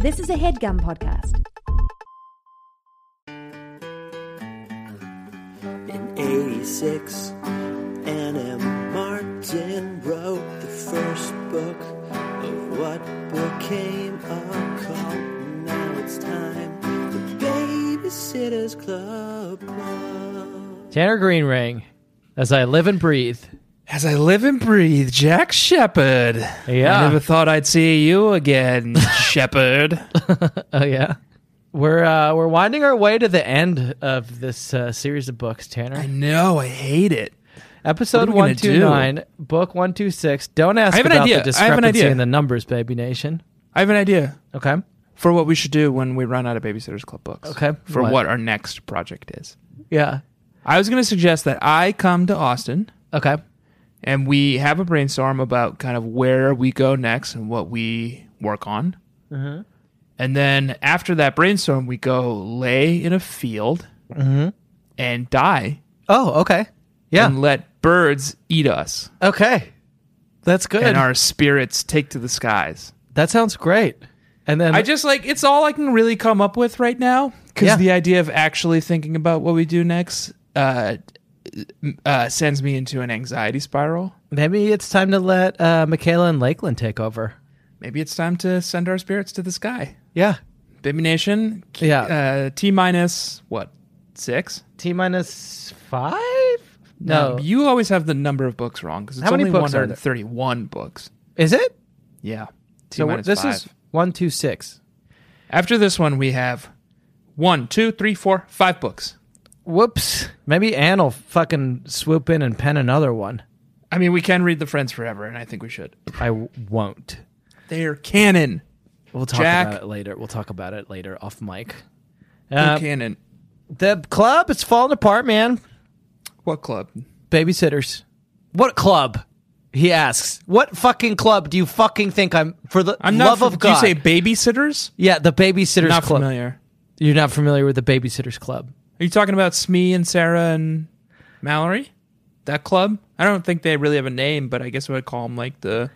This is a headgum podcast. In 86, Anna Martin wrote the first book of what became a cult. Now it's time for Babysitter's Club. Tanner Green Ring, as I live and breathe. As I live and breathe, Jack Shepard. Yeah. I never thought I'd see you again, Shepard. Oh yeah, we're uh, we're winding our way to the end of this uh, series of books, Tanner. I know, I hate it. Episode What are we one gonna two nine, book one two six. Don't ask I have an about idea. the I have an discrepancy idea. in the numbers, baby nation. I have an idea Okay, for what we should do when we run out of Babysitters Club books. Okay, For what? what, our next project is. yeah, I was going to suggest that I come to Austin okay, and we have a brainstorm about kind of where we go next and what we work on. Mm-hmm. And then after that brainstorm, we go lay in a field Mm-hmm. and die oh okay, yeah, and let birds eat us. okay, that's good. and our spirits take to the skies. that sounds great. And then I just like it's all I can really come up with right now because Yeah. the idea of actually thinking about what we do next uh, uh, sends me into an anxiety spiral. maybe it's time to let uh, Michaela and Lakeland take over. Maybe it's time to send our spirits to the sky. Yeah, Bimmy Nation, k- Yeah. uh, T minus what six? t minus five. Um, you always have the number of books wrong because it's How many only books are there? 131 books. is it? Yeah, T So we're- minus this five. is one two six. after this one we have one, two, three, four, five books. Whoops. Maybe Anne will fucking swoop in and pen another one. I mean, we can read the Friends Forever, and I think we should. I w- won't. They're canon. We'll talk Jack. about it later. We'll talk about it later off mic. They're Uh, canon. the club is falling apart, man. What club? Babysitters. What club? He asks. What fucking club do you fucking think I'm for the I'm not. love of do you God? say babysitters? yeah, the Babysitters Not Club. familiar. You're not familiar with the Babysitters Club. Are you talking about Smee and Sarah and Mallory? That club? I don't think they really have a name, but I guess I would call them like the.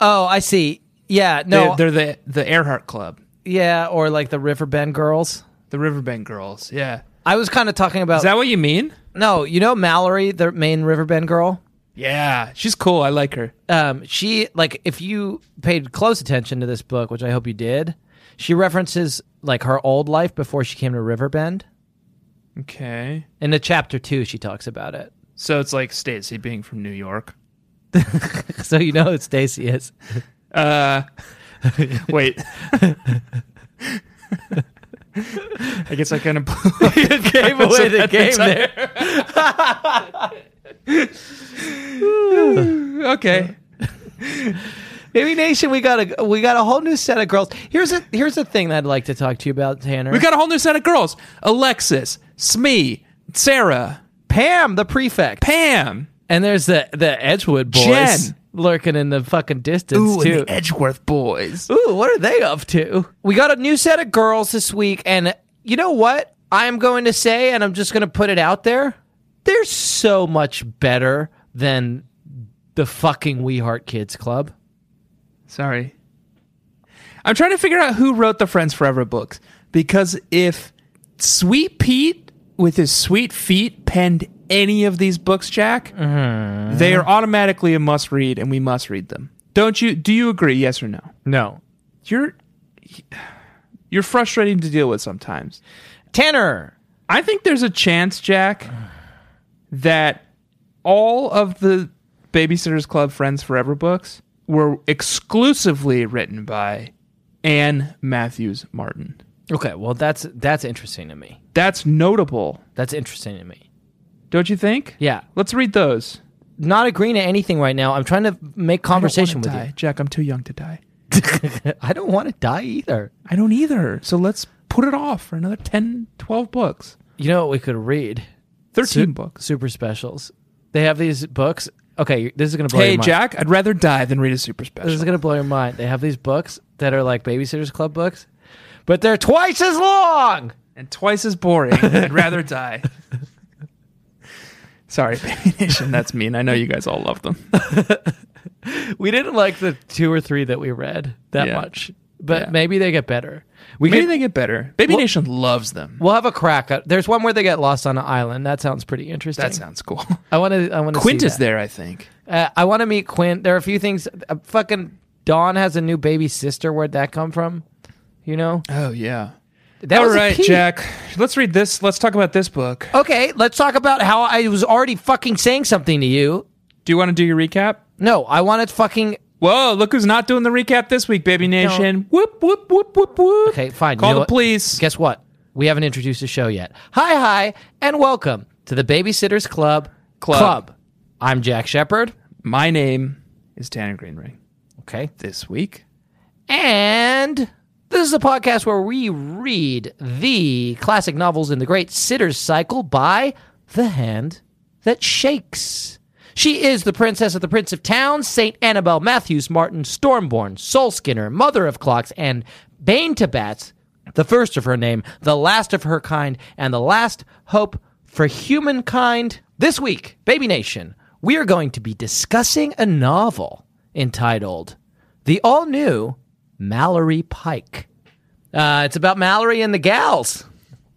Oh, I see. Yeah, no. they're, they're the the Earhart Club, yeah, or like the Riverbend Girls. the Riverbend Girls. Yeah, I was kind of talking about is that what you mean? No, you know Mallory, the main Riverbend girl? Yeah, she's cool. I like her. um, she like if you paid close attention to this book, which I hope you did, she references like her old life before she came to Riverbend. Okay, In the chapter two, she talks about it, so it's like Stacy being from New York. so you know who Stacy is. Uh, wait. I guess I kind of Gave away the game there. okay. Maybe Nation, we got a we got a whole new set of girls. Here's a here's a thing that I'd like to talk to you about, Tanner. We got a whole new set of girls: Alexis, Smee, Sarah, Pam, the prefect, Pam, and there's the the Edgewood boys Jen. lurking in the fucking distance too. Edgeworth boys. Ooh, what are they up to? We got a new set of girls this week, and you know what? I'm going to say, and I'm just going to put it out there. They're so much better than the fucking We Heart Kids Club. Sorry, I'm trying to figure out who wrote the Friends Forever books because if Sweet Pete with his sweet feet penned any of these books, Jack, they are automatically a must read, and we must read them. Don't you? Do you agree? Yes or no? No. You're you're frustrating to deal with sometimes. Tanner. I think there's a chance, Jack, that all of the Babysitters Club Friends Forever books were exclusively written by Anne Matthews Martin. Okay, well that's that's interesting to me. That's notable, That's interesting to me. don't you think? Yeah. Let's read those. Not agreeing to anything right now. I'm trying to make conversation with die. Jack, I'm too young to die. you. I don't want to die either. I don't either. So let's put it off for another 10, 12 books. You know what we could read? 13 Su- books. Super specials. They have these books. Okay, this is going to blow Hey, your mind. Jack, I'd rather die than read a super special. This is gonna blow your mind. They have these books that are like Babysitters Club books, but they're twice as long. and twice as boring. I'd rather die. Sorry, Baby Nation. That's mean. I know you guys all love them. We didn't like the two or three that we read that Yeah. much. but Yeah. maybe they get better. We Maybe could, they get better. Baby Well- Nation loves them. we'll have a crack. At, there's one where they get lost on an island. That sounds pretty interesting. That sounds cool. I want to. I want to. Quint is that. there, I think. Uh, I want to meet Quint. There are a few things. Uh, fucking Dawn has a new baby sister. Where'd that come from? You know. Oh yeah. That All was a right, peak. Jack. Let's read this. Let's talk about this book. Okay, let's talk about how I was already fucking saying something to you. Do you want to do your recap? No, I want to fucking. Whoa! Look who's not doing the recap this week, Baby Nation. Whoop whoop whoop whoop whoop. Okay, fine. you Call know the what? police. Guess what? We haven't introduced the show yet. Hi, hi, and welcome to the Babysitters Club. Club. I'm Jack Shepard. My name is Tanner Greenring. Okay. This week, And this is a podcast where we read the classic novels in the Great Sitter's Cycle by The Hand That Shakes. She is the princess of the Prince of Towns, St. Annabel Matthews Martin, Stormborn, Soul Skinner, Mother of Clocks, and Bane to Bats, the first of her name, the last of her kind, and the last hope for humankind. This week, Baby Nation, we are going to be discussing a novel entitled the all new Mallory Pike. Uh, it's about Mallory and the gals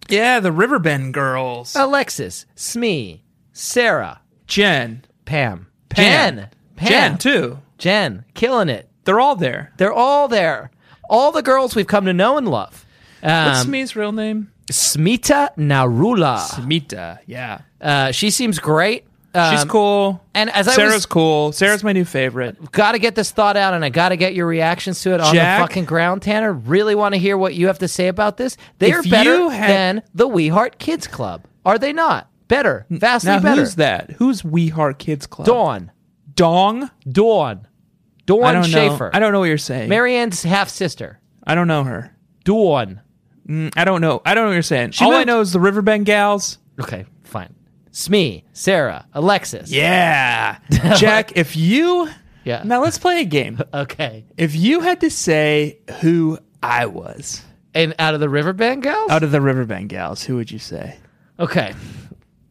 yeah, the Riverbend Girls. Oh. Alexis, Smee, Sarah, Jen, Pam, Pam. Jen, Pam, Jen too. Jen, killing it. They're all there. They're all there. All the girls we've come to know and love. What's Um, Smee's real name? Smita Narula. Smita. Yeah, Uh, she seems great. Um, she's cool. and as I Sarah's was- cool. Sarah's my new favorite. Got to get this thought out, and I got to get your reactions to it on Jack? the fucking ground, Tanner. Really want to hear what you have to say about this. They If are better you had- than the We Heart Kids Club, are they not? Better, vastly now better. who's that? Who's We Heart Kids Club? Dawn, Dong. Dawn, I Dawn don't Schaefer. know. I don't know what you're saying. Marianne's half sister. I don't know her. Dawn. Mm, I don't know. I don't know what you're saying. All I moved- know is the Riverbend Gals. Okay, fine. Smee, Sarah, Alexis. Yeah, Jack. If you Yeah. Now let's play a game. Okay. If you had to say who I was And out of the Riverbend gals. out of the Riverbend Gals, who would you say? Okay.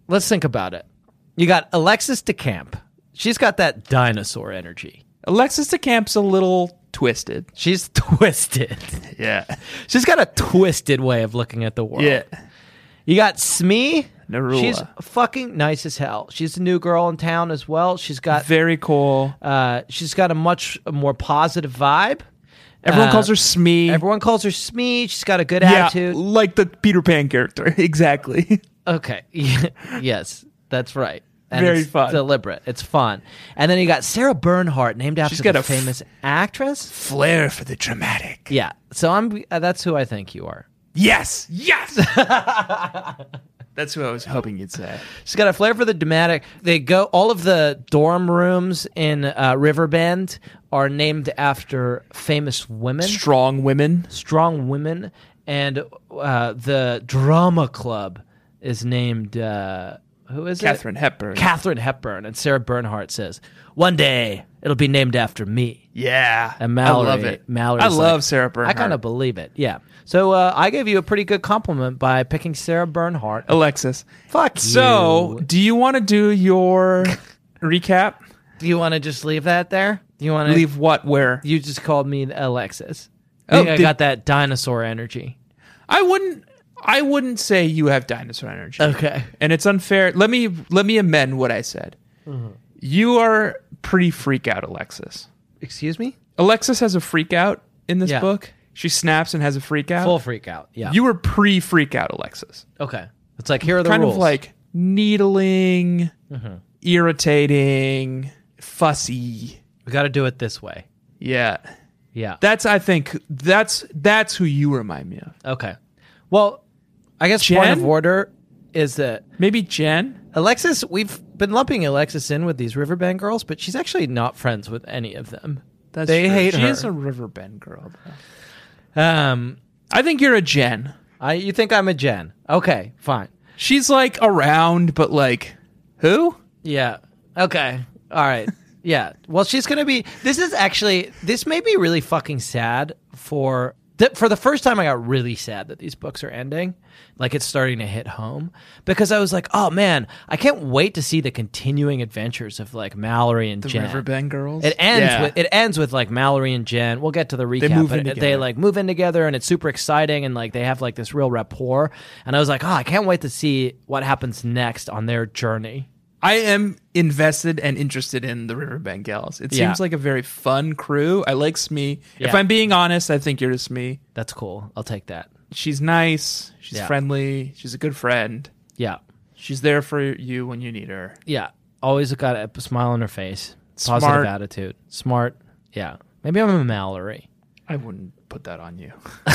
Let's think about it. You got Alexis DeCamp. She's got that dinosaur energy. Alexis DeCamp's a little twisted. She's twisted. Yeah. She's got a twisted way of looking at the world. Yeah. You got Smee. Narula. She's fucking nice as hell. She's the new girl in town as well. She's got Very cool. uh, she's got a much more positive vibe. Everyone Uh, calls her Smee. Everyone calls her Smee. She's got a good yeah, attitude. like the Peter Pan character. exactly. Okay. yes, that's right. And Very it's fun. Deliberate. It's fun. And then you got Sarah Bernhardt, named after She's got the a f- famous actress. Flair for the dramatic. Yeah. So I'm. Uh, that's who I think you are. Yes. Yes. That's who I was hoping you'd say. She's got a flair for the dramatic. They go. All of the dorm rooms in uh, Riverbend are named after famous women, Strong women. strong women, and uh, the drama club is named. Uh, who is Catherine it? Hepburn. Catherine Hepburn and Sarah Bernhardt says, "One day it'll be named after me." yeah. And Mallory, I love it. Mallory's I like, love Sarah Bernhardt. I kind of believe it. Yeah. So uh, I gave you a pretty good compliment by picking Sarah Bernhardt. Alexis. Fuck So, you. do you want to do your recap? Do you want to just leave that there? Do you want to Leave what where? You just called me Alexis. I Oh, think I did- got that dinosaur energy. I wouldn't. I wouldn't say you have dinosaur energy. Okay. and it's unfair. Let me let me amend what I said. Mm-hmm. You are pretty freak out, Alexis. Excuse me? Alexis has a freak out in this Yeah. book. She snaps and has a freak out. Full freak out. Yeah. Uh, You were pre freak out, Alexis. okay. It's like here are the kind rules. of like needling, irritating, fussy. we got to do it this way. Yeah, Yeah. that's I think that's that's who you remind me of. okay. Well, I guess point Jen? of order is that Maybe Jen. Alexis, we've been lumping Alexis in with these Riverbend girls, but she's actually not friends with any of them. That's they true. hate she her. is a Riverbend girl. Though. um, I think you're a Jen. I you think I'm a Jen? Okay, fine. She's like around, but like who? Yeah. Okay. All right. Yeah. Well, she's going to be. This is actually. This may be really fucking sad for th- for the first time, I got really sad that these books are ending. Like it's starting to hit home because I was like, oh man, I can't wait to see the continuing adventures of like Mallory and The Jen. Riverbend Girls. It ends Yeah. with it ends with like Mallory and Jen. We'll get to the recap. move but in it- they together. like move in together, and it's super exciting, and like they have like this real rapport. And I was like, oh, I can't wait to see what happens next on their journey. I am invested and interested in the Riverbend Gals. It Yeah. seems like a very fun crew. I like Smee. If Yeah. I'm being honest, I think you're to Smee. That's cool. I'll take that. She's nice. She's Yeah. friendly. She's a good friend. Yeah, She's there for you when you need her. yeah. Always got a p- smile on her face. Positive Smart. attitude. Smart. Yeah. Maybe I'm a Mallory. I wouldn't put that on you.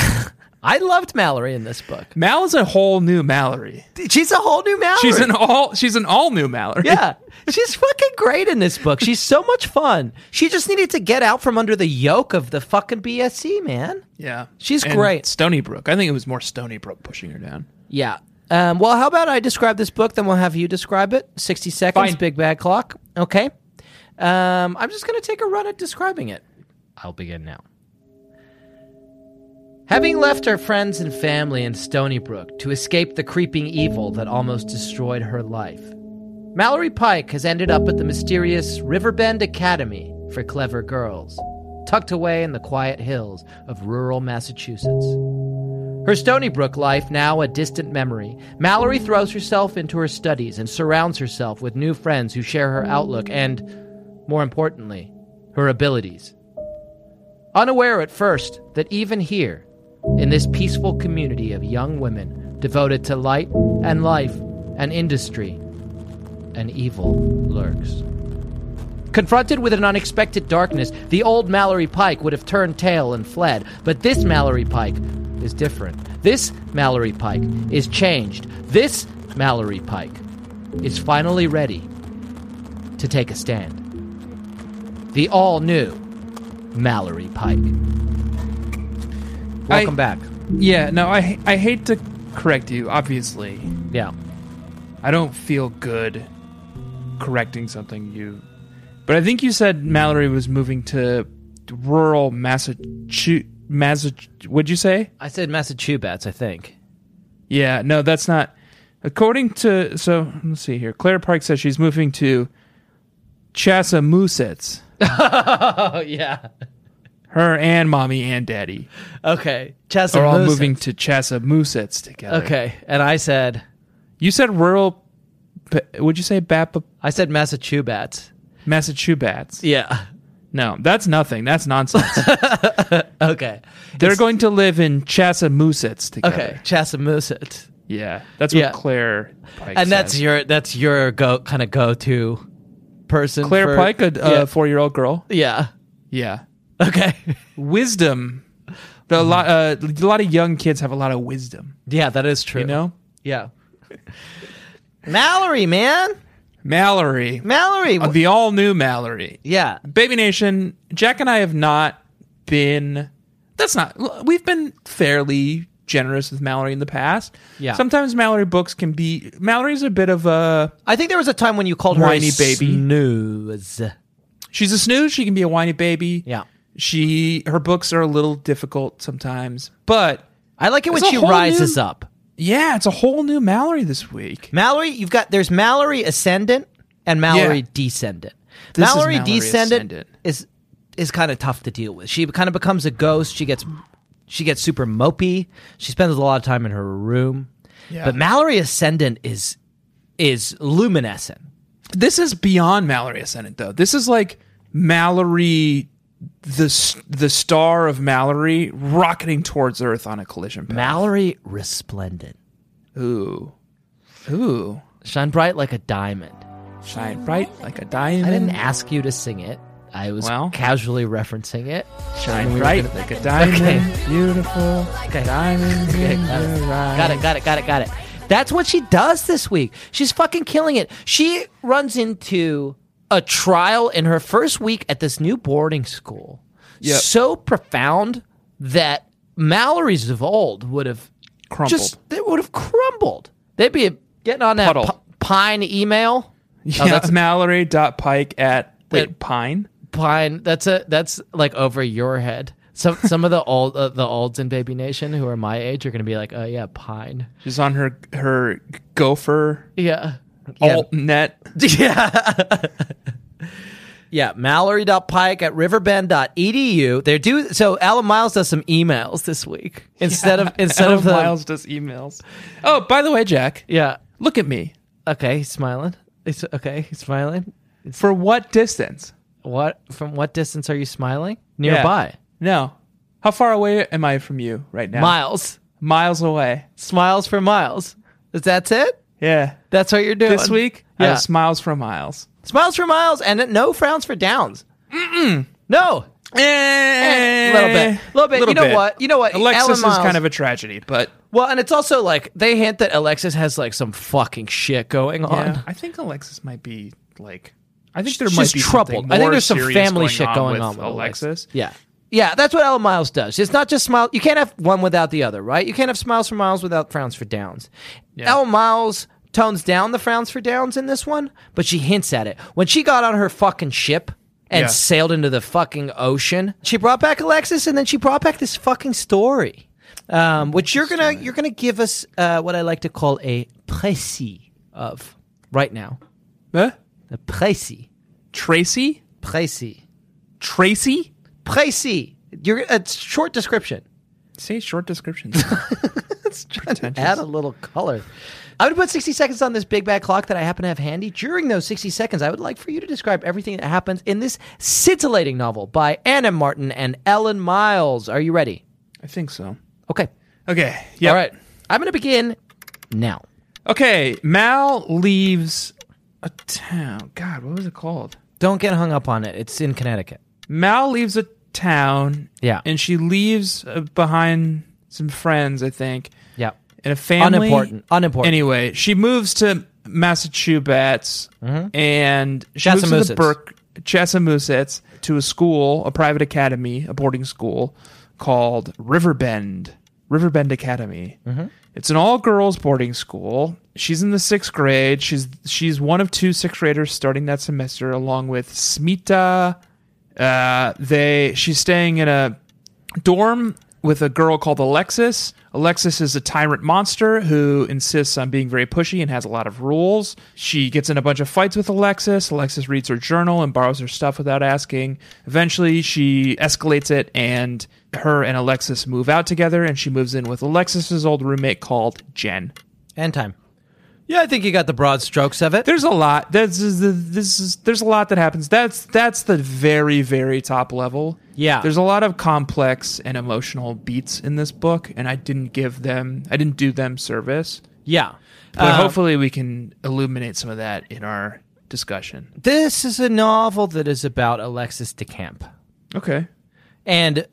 I loved Mallory in this book. Mal is a whole new Mallory. She's a whole new Mallory. She's an all she's an all new Mallory. Yeah. She's fucking great in this book. She's so much fun. She just needed to get out from under the yoke of the fucking BSC, man. Yeah. She's And great. Stony Brook. I think it was more Stony Brook pushing her down. Yeah. Um, well, how about I describe this book, then we'll have you describe it? 60 seconds, Fine. big bad clock. Okay. Um, I'm just going to take a run at describing it. I'll begin now. Having left her friends and family in Stony Brook to escape the creeping evil that almost destroyed her life, Mallory Pike has ended up at the mysterious Riverbend Academy for Clever Girls, tucked away in the quiet hills of rural Massachusetts. Her Stony Brook life now a distant memory, Mallory throws herself into her studies and surrounds herself with new friends who share her outlook and, more importantly, her abilities. Unaware at first that even here, in this peaceful community of young women devoted to light and life and industry, an evil lurks. Confronted with an unexpected darkness, the old Mallory Pike would have turned tail and fled. But this Mallory Pike is different. This Mallory Pike is changed. This Mallory Pike is finally ready to take a stand. The all new Mallory Pike. Welcome I- back. Yeah, no, I I hate to correct you, obviously. Yeah. I don't feel good correcting something you. But I think you said Mallory was moving to rural Massachusetts. Massach- what'd you say? I said Massachusetts, I think. Yeah, no, that's not. According to. So, let's see here. Claire Park says she's moving to Chasamusets. Oh, yeah. Her and mommy and daddy Okay. Chas are all moving to Chasamusets together. Okay. And I said, You said rural. P- Would you say Bap- I said Massachusetts. Massachusetts? Yeah. No, that's nothing. That's nonsense. Okay. They're going to live in Chasamusets together. Okay. Chasamusset. Yeah. That's what Yeah. Claire Pike And that's says. your that's your go kind of go to person. Claire for- Pike, a, yeah. four year old girl. uh, yeah. Yeah. Okay. Wisdom. The, a, lot, uh, a lot of young kids have a lot of wisdom, yeah, that is true. you know? Yeah. Mallory, man. Mallory. Mallory. Uh, the all new Mallory. yeah. Baby Nation, Jack and I have not been. That's not. l- We've been fairly generous with Mallory in the past. Yeah. Sometimes Mallory books can be. Mallory's a bit of a. I think there was a time when you called her a Whiny baby. snooze. She's a snooze. She can be a whiny baby. Yeah. She her books are a little difficult sometimes, but I like it when It's a she whole rises new- up. yeah, it's a whole new Mallory this week. Mallory, you've got there's Mallory ascendant and Mallory Yeah. descendant. This is Mallory, Mallory descendant, Ascendant. is is kind of tough to deal with. She kind of becomes a ghost. She gets she gets super mopey. She spends a lot of time in her room. Yeah. But Mallory ascendant is is luminescent. This is beyond Mallory Ascendant though. This is like Mallory the s- the star of Mallory rocketing towards Earth on a collision path. Mallory resplendent. Ooh. Ooh. Shine bright like a diamond. Shine bright like a I didn't diamond. ask you to sing it. I was Well. casually referencing it. Shine We were bright gonna- like a diamond. Okay. Beautiful. Like a diamond. Okay, in got it. your eye. Got it, got it, got it, got it. That's what she does this week. She's fucking killing it. She runs into a trial in her first week at this new boarding school. Yep. So profound that Mallory's of old would have Crumpled. just they would have crumbled. They'd be getting on that Puddle. pi- pine email. Yeah, oh, that's- that's Mallory dot Pike at wait At- Pine. Pine, that's a that's like over your head. Some some of the old uh, the olds in Baby Nation who are my age are going to be like, oh yeah, pine. She's on her her gopher Yeah. Yeah. alt net. yeah. yeah. Mallory.pike at riverbend.edu. They do so Alan Miles does some emails this week. Instead of instead Alan of the Miles does emails. Oh, by the way, Jack, Yeah. look at me. Okay, he's smiling. It's okay, he's smiling. For what distance? What from what distance are you smiling? Yeah. Nearby. No. How far away am I from you right now? Miles. Miles away. Smiles for miles. Is that's it? Yeah. That's what you're doing. This week, I Yeah. was miles from miles. Smiles for miles and no frowns for downs. Mm-mm. No. A Eh, A little bit. Little bit. you know what? You know what? Eh, Alexis Alan is Miles- kind of a tragedy, but Well, and it's also like they hint that Alexis has like some fucking shit going on. I think Alexis might be like. I think there She's might be troubled. something I think more there's some serious family shit going with on with Alexis. Yeah. Yeah, that's what Ella Miles does. It's not just smile. You can't have one without the other, right? You can't have smiles for miles without frowns for downs. Yeah. Ella Miles tones down the frowns for downs in this one, but she hints at it. When she got on her fucking ship and Yeah. sailed into the fucking ocean, she brought back Alexis and then she brought back this fucking story. Um, which you're gonna you're gonna give us uh, what I like to call a précis of right now. Huh? A précis. Tracy, Précis. Tracy. pricey. You're a short description. Say short descriptions. Add a little color. I would put 60 seconds on this big bad clock that I happen to have handy. During those 60 seconds, I would like for you to describe everything that happens in this scintillating novel by Anna Martin and Ellen Miles. Are you ready? I think so. Okay. Okay. Yeah. All right. I'm going to begin now. Okay. Mal leaves a town. God, what was it called? Don't get hung up on it. It's in Connecticut. Mal leaves a town. Yeah. And she leaves uh, behind some friends, I think, Yeah. and a family. Unimportant. Unimportant. Anyway, she moves to Massachusetts Mm-hmm. and she moves to the Massachusetts. Berk- Massachusetts to a school, a private academy, a boarding school called Riverbend, Riverbend Academy. Mm-hmm. It's an all-girls boarding school. She's in the sixth grade. She's she's one of two sixth graders starting that semester, along with Smita. Uh, they she's staying in a dorm with a girl called Alexis. Alexis is a tyrant monster who insists on being very pushy and has a lot of rules. She gets in a bunch of fights with Alexis. Alexis reads her journal and borrows her stuff without asking. Eventually, she escalates it and her and Alexis move out together and she moves in with Alexis's old roommate called Jen. And time. Yeah, I think you got the broad strokes of it. There's a lot. This is this is there's a lot that happens. That's that's the very very top level. Yeah. There's a lot of complex and emotional beats in this book, and I didn't give them. I didn't do them service. Yeah. But Uh, hopefully, we can illuminate some of that in our discussion. this is a novel that is about Alexis DeCamp. Okay. And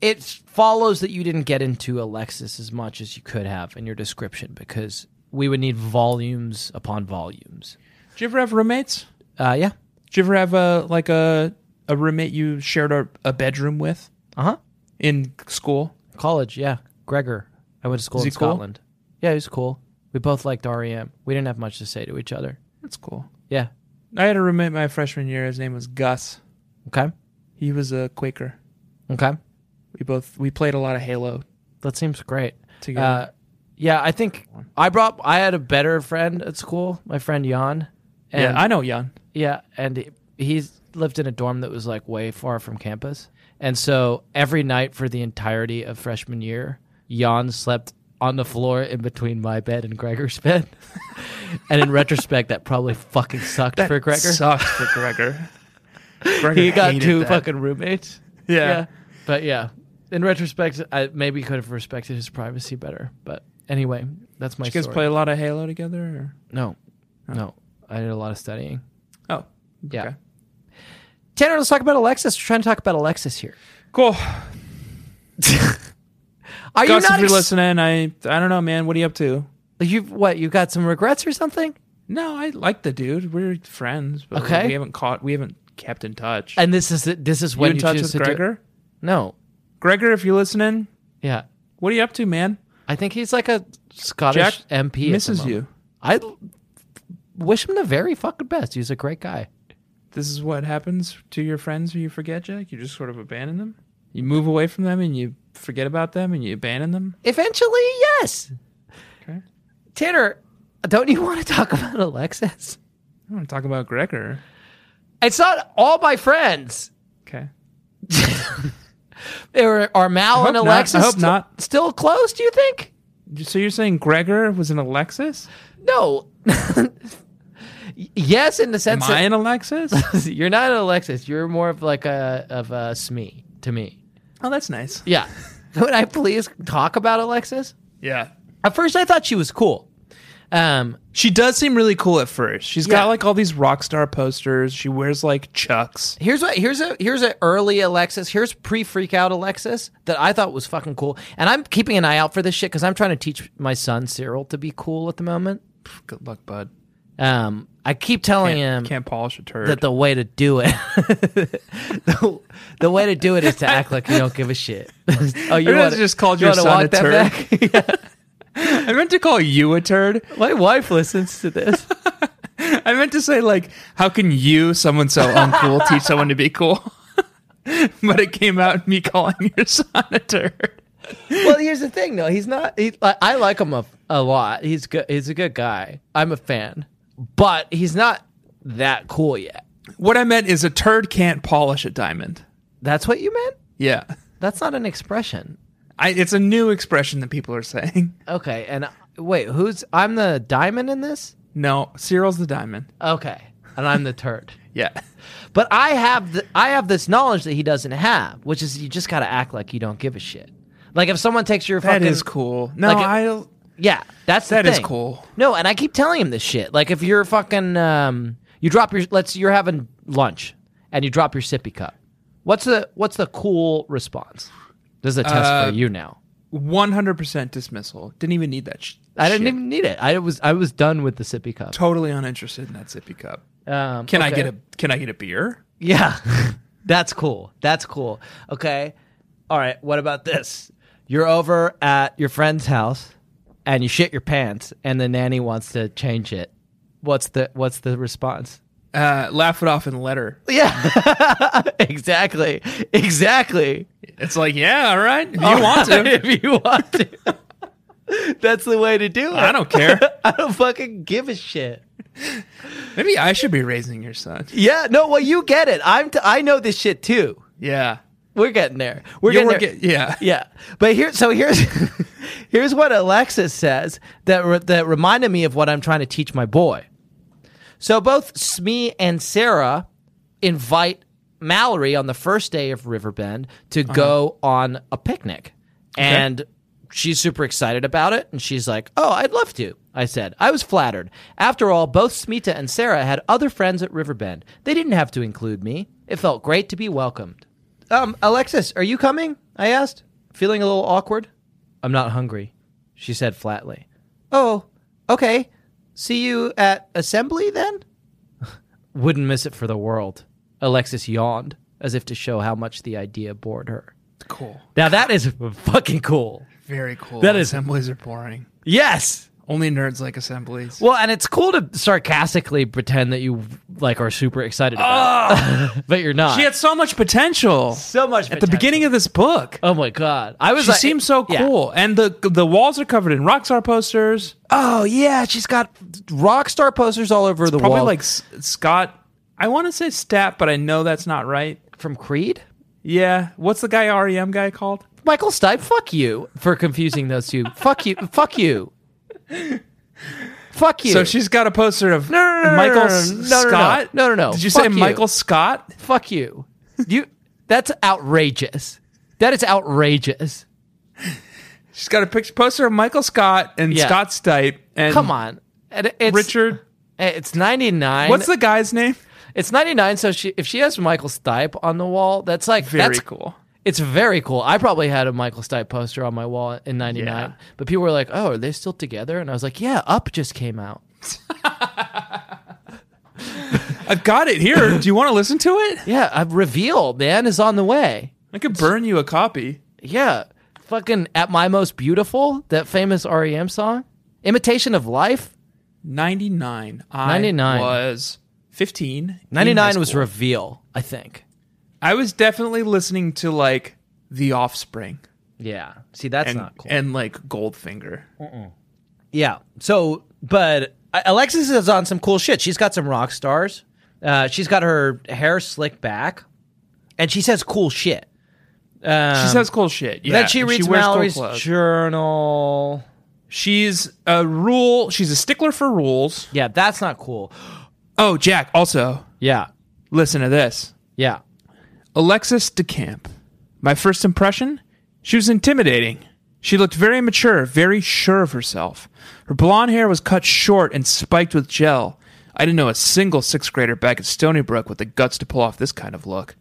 it follows that you didn't get into Alexis as much as you could have in your description because we would need volumes upon volumes. Do you ever have roommates? Uh, yeah. Do you ever have a like a a roommate you shared a, a bedroom with Uh huh. in school? College, yeah. Gregor. I went to school Is in he cool? Scotland. Yeah, he was cool. We both liked REM. We didn't have much to say to each other. That's cool. Yeah. I had a roommate my freshman year. His name was Gus. Okay. He was a Quaker. Okay. We both we played a lot of Halo That seems great. together. Uh, yeah, I think I brought, I had a better friend at school, my friend Jan. And yeah, I know Jan. Yeah, and he- he's lived in a dorm that was like way far from campus. And so every night for the entirety of freshman year, Jan slept on the floor in between my bed and Gregor's bed. and in retrospect, that probably fucking sucked for Gregor. sucked for Gregor. Gregor he got hated two that. fucking roommates. Yeah. But yeah, in retrospect, I maybe could have respected his privacy better. But anyway, that's my You guys story. play a lot of Halo together? Or? no, no. I did a lot of studying. Oh, Yeah. Okay. Tanner, let's talk about Alexis. We're trying to talk about Alexis here. cool. Are Gus, you if not you're ex- listening, I I don't know, man. What are you up to? You've what? You got some regrets or something? No, I like the dude. We're friends, but Okay. we haven't caught. We haven't kept in touch. And this is this is you when in you touch choose with to do- Gregor? no, Gregor, if you're listening, yeah. what are you up to, man? I think he's like a Jack Scottish MP. at the misses moment. you. I l- wish him the very fucking best. He's a great guy. This is what happens to your friends when you forget, Jack. You just sort of abandon them. You move away from them and you forget about them and you abandon them. Eventually, yes. Okay. Tanner, don't you want to talk about Alexis? I want to talk about Gregor. It's not all my friends. Okay. Are, are Mal hope and not. Alexis I hope still- not. still close, do you think? So you're saying Gregor was an Alexis? No. yes, in the Am sense I an Alexis? that you're not an Alexis. You're more of like a of a Smee to me. oh, that's nice. Yeah. Would I please talk about Alexis? Yeah. At first, I thought she was cool. Um, She does seem really cool at first. She's Yeah. got like all these rock star posters. She wears like chucks. here's what here's a here's an early Alexis. Here's pre freak out Alexis that I thought was fucking cool. And I'm keeping an eye out for this shit because I'm trying to teach my son Cyril to be cool at the moment. Good luck, bud. Um, I keep telling him Can't, can't polish a turd. that the way to do it, the, the way to do it is to act like you don't give a shit. oh, you I want just called your son a turd. back? Yeah. I meant to call you a turd. My wife listens to this. I meant to say like, how can you, someone so uncool, teach someone to be cool? but it came out me calling your son a turd. well, here's the thing, though. He's not. He, I, I like him a, a lot. He's good. He's a good guy. I'm a fan, but he's not that cool yet. What I meant is a turd can't polish a diamond. That's what you meant. Yeah. That's not an expression. I, it's a new expression that people are saying. Okay. And uh, wait, who's? I'm the diamond in this. No, Cyril's the diamond. Okay, and I'm the turd. Yeah. But I have the, I have this knowledge that he doesn't have, which is you just got to act like you don't give a shit. Like if someone takes your that is fucking cool. No, like a- I yeah, that's the That is thing. cool. No, and I keep telling him this shit. Like if you're fucking um, you drop your let's you're having lunch and you drop your sippy cup. What's the what's the cool response? This is a test Uh, for you now. 100% dismissal. Didn't even need that. Sh- I didn't shit. even need it. I was I was done with the sippy cup. totally uninterested in that sippy cup. Um, Can I okay. get a Can I get a beer? Yeah. That's cool. That's cool. Okay. All right. What about this? You're over at your friend's house and you shit your pants and the nanny wants to change it. What's the what's the response? Uh, laugh it off and let her. Yeah. exactly. Exactly. It's like, yeah, all right, if you want to. if you want to. That's the way to do it. I don't care. I don't fucking give a shit. Maybe I should be raising your son. Yeah, no, well you get it. I'm t- I know this shit too. Yeah, We're getting there. We're You're getting there. get- yeah. Yeah, but here, so here's here's what Alexis says that re- that reminded me of what I'm trying to teach my boy. So both Smee and Sarah invite Mallory on the first day of Riverbend to go on a picnic, and she's super excited about it. And she's like, "Oh, I'd love to." I said, "I was flattered. After all, both Smita and Sarah had other friends at Riverbend. They didn't have to include me. It felt great to be welcomed." Um, Alexis, are you coming? I asked, feeling a little awkward. I'm not hungry, she said flatly. Oh, okay. See you at assembly then? Wouldn't miss it for the world. Alexis yawned, as if to show how much the idea bored her. Cool. Now that is fucking cool. Very cool. That is- assemblies are boring. Yes. Only nerds like assemblies. Well, and it's cool to sarcastically pretend that you like are super excited about, it. but you're not. she had so much potential Ah. so much at the beginning of this book. Oh my god, I was. She like, seems so Yeah. cool, and the the walls are covered in rock star posters. Oh yeah, she's got rock star posters all over the Probably wall. like S- Scott. I want to say Stat, but I know that's not right. from Creed. Yeah, what's the guy REM guy called? Michael Stipe, fuck you for confusing those two. fuck you, fuck you, fuck you. So she's got a poster of no, no, no, Michael no, no, S- no, no, no. Scott. No, no, no. Did you Fuck say you. Michael Scott? fuck you. You that's outrageous. That is outrageous. She's got a picture poster of Michael Scott and Yeah. Scott Stipe and Come on, And it's eh, Richard. It's ninety nine. What's the guy's name? It's ninety nine. So she, if she has Michael Stipe on the wall, that's like Very that's cool. It's very cool. I probably had a Michael Stipe poster on my wall in '99, Yeah. but people were like, "Oh, are they still together?" And I was like, "Yeah, Up just came out." I've got it here. Do you want to listen to it? Yeah, I've revealed. Man is on the way. I could burn you a copy. Yeah, fucking at my most beautiful, that famous REM song, "Imitation of Life." 99. I 99. was 15. in high '99 was school. reveal, I think. I was definitely listening to like The Offspring Yeah. See, that's and not cool. Um, and like Goldfinger. Yeah. So, but uh, Alexis is on some cool shit. She's got some rock stars. Uh, she's got her hair slicked back, and she says cool shit. Um, She says cool shit. Yeah, Then she and reads wears cool Mallory's clothes. journal. She's a rule. She's a stickler for rules. Yeah, that's not cool. Oh, Jack. Also, Yeah. listen to this. Yeah. Alexis DeCamp. My first impression? She was intimidating. She looked very mature, very sure of herself. Her blonde hair was cut short and spiked with gel. I didn't know a single sixth grader back at Stony Brook with the guts to pull off this kind of look.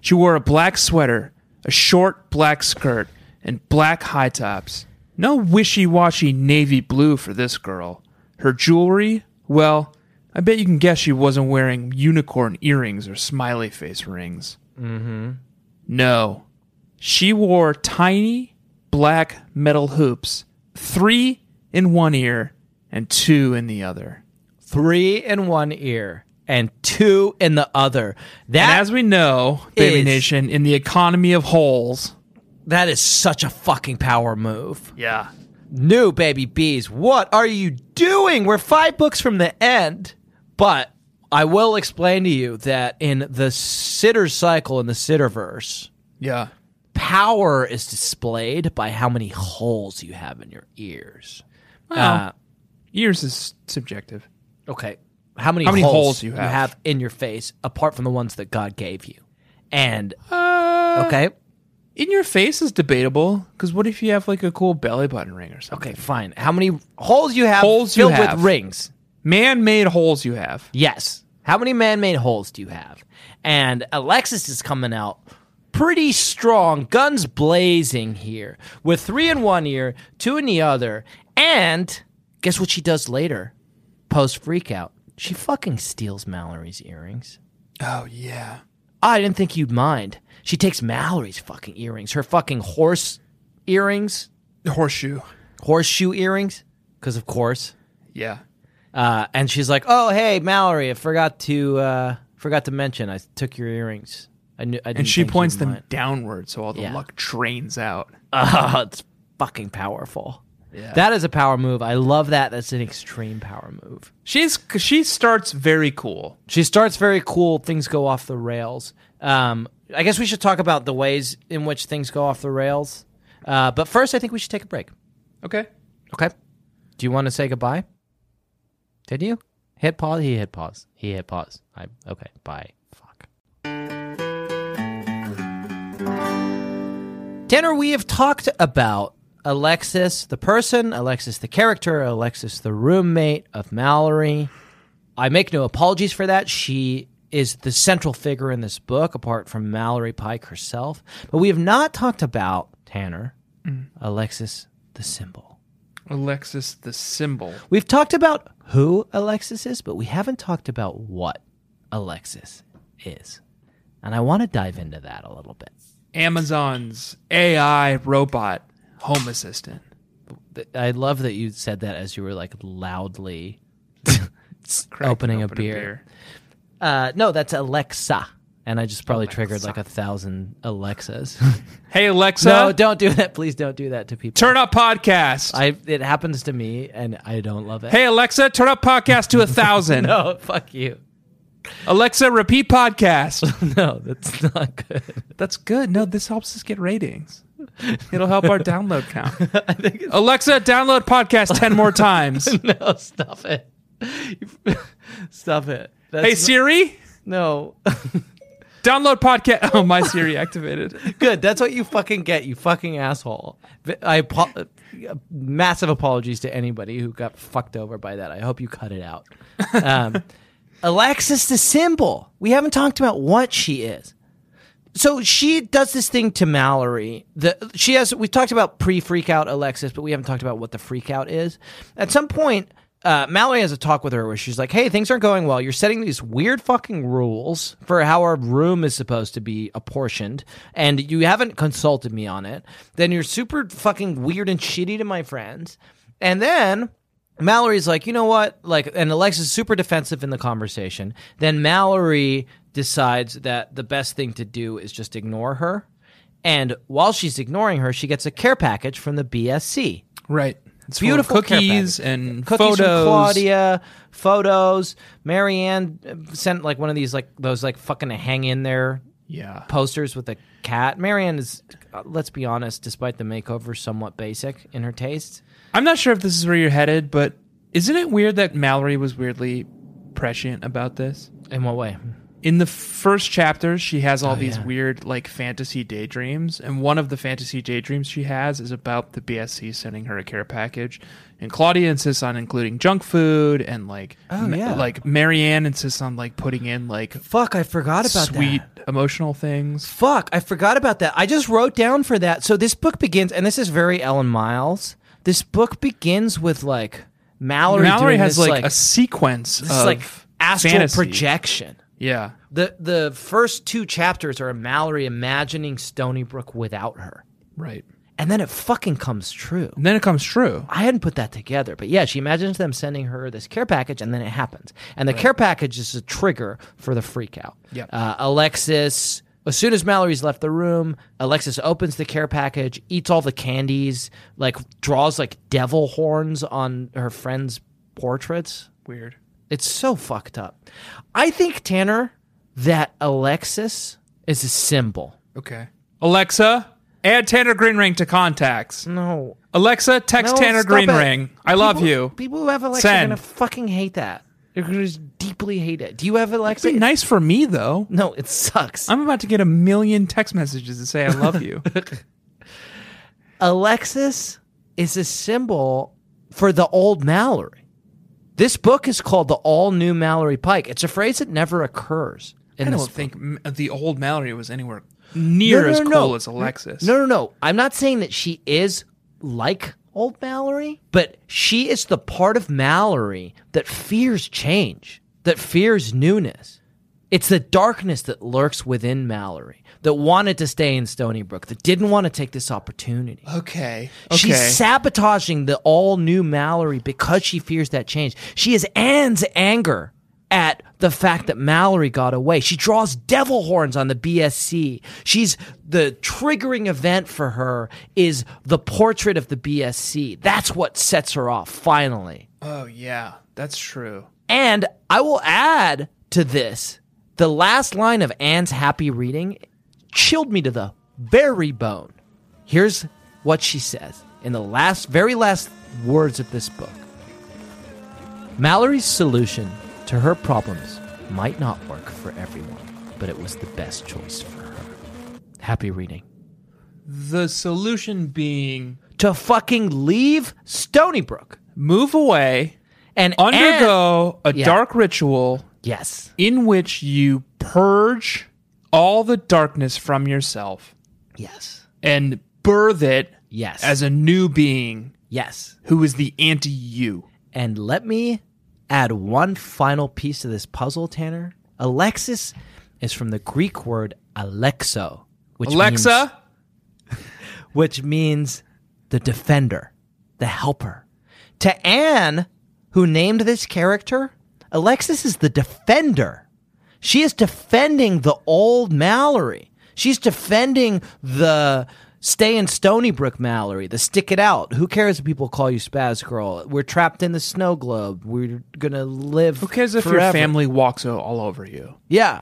She wore a black sweater, a short black skirt, and black high tops. No wishy washy navy blue for this girl. Her jewelry? Well, I bet you can guess she wasn't wearing unicorn earrings or smiley face rings. No. She wore tiny black metal hoops, three in one ear and two in the other. Three in one ear and two in the other. And That as we know, Baby is- Nation, in the economy of holes. that is such a fucking power move. Yeah. New baby bees, what are you doing? We're five books from the end, but I will explain to you that in the sitter cycle in the sitterverse, Yeah. power is displayed by how many holes you have in your ears. Uh, Ears is subjective. Okay. How many, How many holes, holes you you, have? have. in your face apart from the ones that God gave you? And Uh, okay, In your face is debatable because what if you have like a cool belly button ring or something? okay, fine. How many holes you have Holes you filled have. with rings? Man made holes you have. Yes. How many man-made holes do you have? And Alexis is coming out pretty strong, guns blazing here, with three in one ear, two in the other, and guess what she does later? Post freakout, she fucking steals Mallory's earrings. Oh, yeah. I didn't think you'd mind. She takes Mallory's fucking earrings, her fucking horse earrings, Horseshoe. horseshoe earrings, because of course. Yeah. Uh, and she's like, "Oh, hey, Mallory, I forgot to uh, forgot to mention I took your earrings. I knew." I didn't And she think you'd points them mind." downward so all the Yeah. luck drains out. Oh, it's fucking powerful. That is a power move. I love that. That's an extreme power move. She's she starts very cool. She starts very cool. Things go off the rails. Um, I guess we should talk about the ways in which things go off the rails. Uh, but first, I think we should take a break. Okay. Okay. Do you want to say goodbye? Did you? Hit pause. He hit pause. He hit pause. I okay. Bye. Fuck. Tanner, we have talked about Alexis, the person, Alexis, the character, Alexis, the roommate of Mallory. I make no apologies for that. She is the central figure in this book, apart from Mallory Pike herself. But we have not talked about Tanner, Alexis, the symbol. Alexis the symbol. We've talked about who Alexis is, but we haven't talked about what Alexis is. And I want to dive into that a little bit. Amazon's AI robot home assistant. Th- I love that you said that as you were like loudly Cracking opening a open beer. Uh, no, that's Alexa. And I just probably triggered like a thousand Alexas. Hey Alexa, no, don't do that. Please don't do that to people. turn up podcast. I, it happens to me and I don't love it. hey Alexa, turn up podcast to a thousand. No, fuck you. Alexa, repeat podcast. No, that's not good. That's good. No, this helps us get ratings. It'll help our download count. Alexa, download podcast ten more times. No, stop it. stop it. That's hey Siri, No. download podcast. Oh, my Siri activated. Good. That's what you fucking get, you fucking asshole. V- I apo- uh, massive apologies to anybody who got fucked over by that. I hope you cut it out. Um, Alexis the symbol. We haven't talked about what she is. So she does this thing to Mallory. The she has we talked about pre freak out Alexis, but we haven't talked about what the freak out is. At some point, uh, Mallory has a talk with her where she's like, "Hey, things aren't going well. You're setting these weird fucking rules for how our room is supposed to be apportioned, and you haven't consulted me on it. Then you're super fucking weird and shitty to my friends, and then." Mallory's like, you know what? Like, and Alexa's super defensive in the conversation. Then Mallory decides that the best thing to do is just ignore her. And while she's ignoring her, she gets a care package from the BSC. Right. It's full of Beautiful care cookies package. and cookies photos. from Claudia, photos. Marianne uh, sent like one of these like those like fucking hang in there Yeah. posters with a cat. Marianne is, uh, let's be honest, despite the makeover, somewhat basic in her taste. I'm not sure if this is where you're headed, but isn't it weird that Mallory was weirdly prescient about this? In what way? In the first chapter, she has all these Oh, yeah. weird like fantasy daydreams, and one of the fantasy daydreams she has is about the BSC sending her a care package, and Claudia insists on including junk food, and like Oh, yeah. like Marianne insists on like putting in like Fuck, I forgot about sweet that. emotional things. Fuck, I forgot about that. I just wrote down for that. So this book begins, and this is very Ellen Miles. This book begins with like Mallory. Mallory doing has this, like, like a sequence this of like astral fantasy. projection. Yeah, The the first two chapters are Mallory imagining Stony Brook without her. right. And then it fucking comes true. And then it comes true. I hadn't put that together, but yeah, she imagines them sending her this care package, and then it happens. And the care package is a trigger for the freak out. Yep. Uh, Alexis, as soon as Mallory's left the room, Alexis opens the care package, eats all the candies, like draws like devil horns on her friend's portraits. Weird. It's so fucked up. I think Tanner that Alexis is a symbol. Okay. Alexa, add Tanner Green Ring to contacts. No, Alexa, text No, Tanner stop Green it. Ring. I love People- you. People who have Alexa are Send. gonna fucking hate that. They're gonna just deeply hate it. Do you have Alexa? Be nice for me though. No, it sucks. I'm about to get a million text messages that say I love you. Alexis is a symbol for the old Mallory. This book is called the All New Mallory Pike. It's a phrase that never occurs. In I this don't book. think m- the old Mallory was anywhere near as cool as Alexis. No, no, no. I'm not saying that she is like old Mallory, but she is the part of Mallory that fears change, that fears newness. It's the darkness that lurks within Mallory that wanted to stay in Stony Brook, that didn't want to take this opportunity. Okay. She's Okay. sabotaging the all new Mallory because she fears that change. She has Anne's anger at the fact that Mallory got away. She draws devil horns on the BSC. She's the triggering event for her is the portrait of the BSC. That's what sets her off finally. oh yeah, that's true. And I will add to this the last line of Anne's happy reading chilled me to the very bone. Here's what she says in the last, very last words of this book Mallory's solution to her problems might not work for everyone, but it was the best choice for her. Happy reading. The solution being To fucking leave Stony Brook move away, and Anne- undergo a Yeah. dark ritual yes. in which you purge all the darkness from yourself Yes. and birth it Yes. as a new being yes. who is the anti you. And let me add one final piece to this puzzle, Tanner. Alexis is from the Greek word alexo, which Alexa, means, which means the defender, the helper. To Anne, who named this character, Alexis is the defender. She is defending the old Mallory. She's defending the stay in Stony Brook Mallory, the stick it out. Who cares if people call you spaz girl? We're trapped in the snow globe. We're going to live. who cares if your forever. family walks o- all over you? Yeah.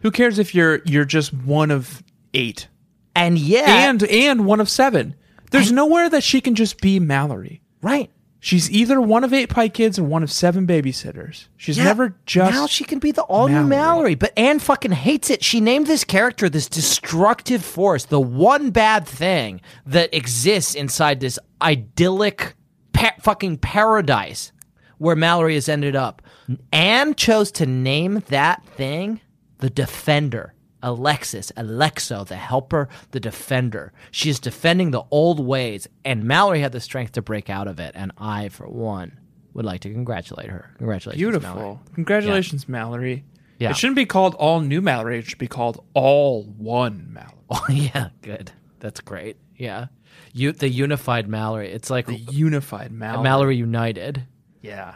Who cares if you're you're just one of eight And yet. and and one of seven? There's nowhere that she can just be Mallory. Right. She's either one of eight pie kids or one of seven babysitters. She's Yeah. never just now she can be the all new Mallory. Mallory, but Anne fucking hates it. She named this character this destructive force, the one bad thing that exists inside this idyllic pa- fucking paradise where Mallory has ended up. Anne chose to name that thing the Defender. Alexis, Alexo, the helper, the defender. She is defending the old ways, and Mallory had the strength to break out of it. And I, for one, would like to congratulate her. Congratulations, Beautiful. Mallory. Congratulations, Mallory. Yeah. It shouldn't be called all new Mallory. It should be called all one Mallory. Oh yeah, good. That's great. Yeah, you the unified Mallory. It's like The unified Mallory. Mallory United. Yeah.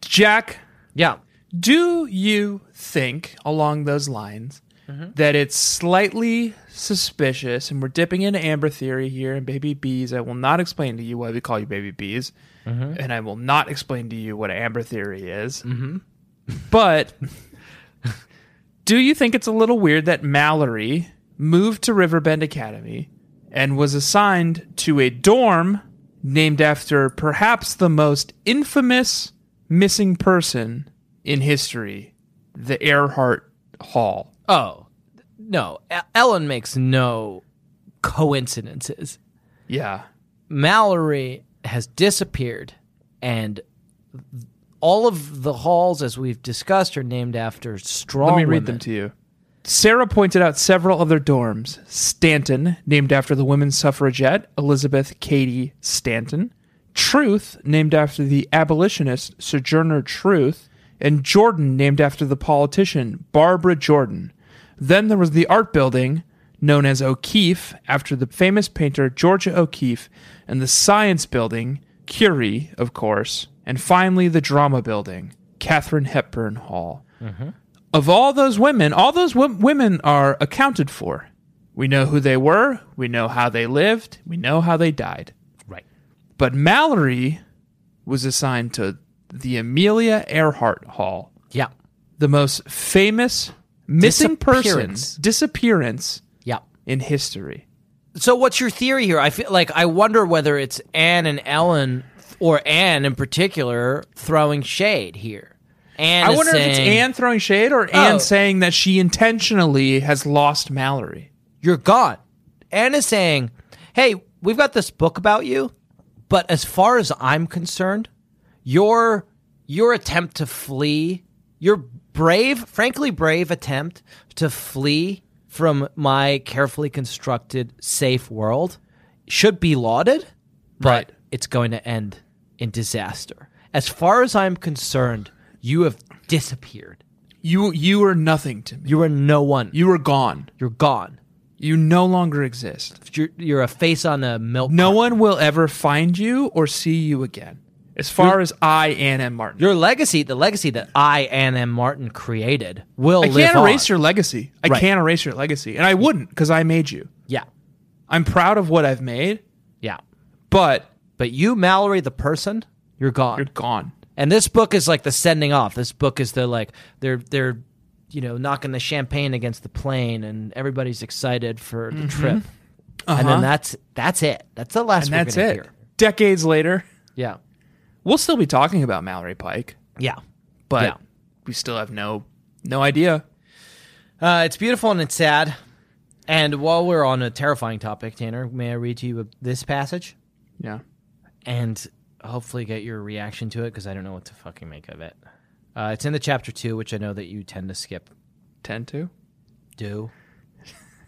Jack, Yeah. do you think along those lines that it's slightly suspicious, and we're dipping into Amber Theory here and Baby Bees. I will not explain to you why we call you Baby Bees, and I will not explain to you what Amber Theory is. Mm-hmm. But do you think it's a little weird that Mallory moved to Riverbend Academy and was assigned to a dorm named after perhaps the most infamous missing person in history, the Earhart Hall? Oh, no. E- Ellen makes no coincidences. Yeah. Mallory has disappeared, and all of the halls, as we've discussed, are named after strong. Let me read them to you. Sarah pointed out several other dorms. Stanton, named after the women's suffragette Elizabeth Cady Stanton. Truth, named after the abolitionist Sojourner Truth. And Jordan, named after the politician Barbara Jordan. Then there was the art building, known as O'Keeffe, after the famous painter Georgia O'Keeffe, and the science building, Curie, of course. And finally, the drama building, Katherine Hepburn Hall of all those women, all those w- women are accounted for. We know who they were, we know how they lived, we know how they died. Right. But Mallory was assigned to the Amelia Earhart Hall, Yeah. the most famous missing person Disappearance. disappearance Yeah. in history. So what's your theory here? I feel like I wonder whether it's Anne and Ellen, or Anne in particular, throwing shade here. Anne I is wonder if it's saying, Anne throwing shade or Oh. Anne saying that she intentionally has lost Mallory. You're gone. Anne is saying, "Hey, we've got this book about you, but as far as I'm concerned, your your attempt to flee, your brave, frankly brave attempt to flee from my carefully constructed safe world should be lauded, but Right. it's going to end in disaster. As far as I'm concerned, you have disappeared. You you are nothing to me. You are no one. You are gone. You're gone. You no longer exist. You're, you're a face on a milk No one will ever find you or see you again. As far as I, Anna and Martin, your legacy, the legacy that I and M. Martin created, will I live can't erase on. your legacy. I Right. can't erase your legacy, and I wouldn't because I made you. Yeah, I'm proud of what I've made, yeah. but But you, Mallory, the person, you're gone. you're gone. and this book is like the sending off. This book is the like they're they're you know knocking the champagne against the plane, and everybody's excited for the trip. And then that's that's it. Uh-huh. That's the last. And we're that's gonna it. Hear. Decades later, Yeah, we'll still be talking about Mallory Pike, yeah. but Yeah. we still have no no idea. Uh, it's beautiful and it's sad. And while we're on a terrifying topic, Tanner, may I read to you this passage? Yeah. and hopefully get your reaction to it because I don't know what to fucking make of it. Uh, it's in the chapter two, which I know that you tend to skip. Tend to. Do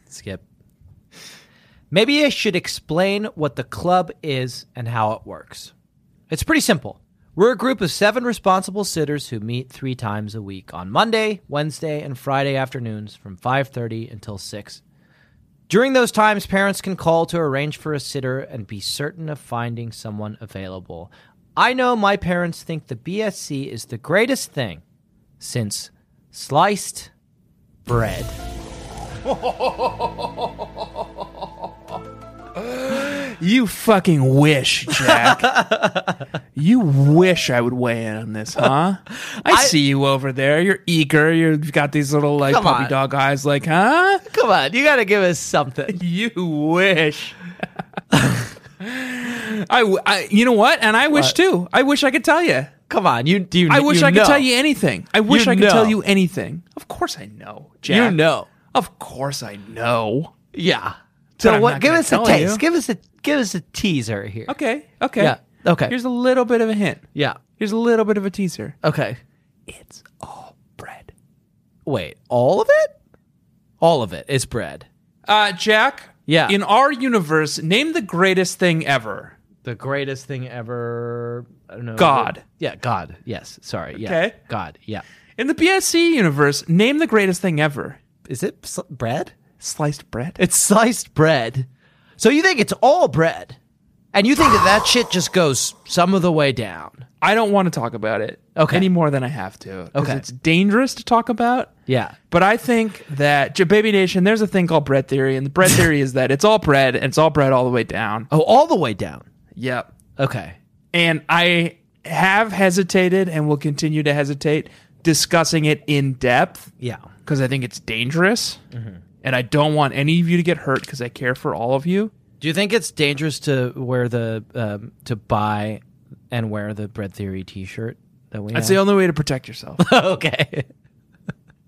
skip. Maybe I should explain what the club is and how it works. It's pretty simple. We're a group of seven responsible sitters who meet three times a week on Monday, Wednesday, and Friday afternoons from 5:30 until 6. During those times, parents can call to arrange for a sitter and be certain of finding someone available. I know my parents think the BSC is the greatest thing since sliced bread. You fucking wish, Jack. you wish I would weigh in on this, huh? I, see you over there. You're eager. You're, you've got these little like Come puppy on. dog eyes, like, huh? Come on, you got to give us something. You wish. I, w- I- you know what? And I wish too. I wish I could tell you. Come on, you do. You, I wish you I could know. tell you anything. I wish You I could tell know. you anything. Of course I know, Jack. You know. Of course I know. Yeah. So I'm what? not Give gonna us a tell taste. you. Give us a give us a teaser here. Okay. Okay. Yeah, okay. Here's a little bit of a hint. Yeah. Here's a little bit of a teaser. Okay. It's all bread. Wait, all of it? All of it is bread. Uh, Jack. Yeah. In our universe, name the greatest thing ever. The greatest thing ever. I don't know. God. Yeah, God. Yes. Sorry. Yeah. Okay. God. Yeah. In the BSC universe, name the greatest thing ever. Is it sl- bread? Sliced bread. It's sliced bread. So you think it's all bread? And you think that that shit just goes some of the way down. I don't want to talk about it Okay. any more than I have to. 'cause Okay. It's dangerous to talk about. Yeah. But I think that J- Baby Nation, there's a thing called bread theory, and the bread theory is that it's all bread and it's all bread all the way down. Oh, all the way down. Yep. Okay. And I have hesitated and will continue to hesitate discussing it in depth Yeah. because I think it's dangerous. And I don't want any of you to get hurt because I care for all of you. Do you think it's dangerous to wear the um, to buy and wear the bread theory T-shirt that we? That's the have? only way to protect yourself. okay.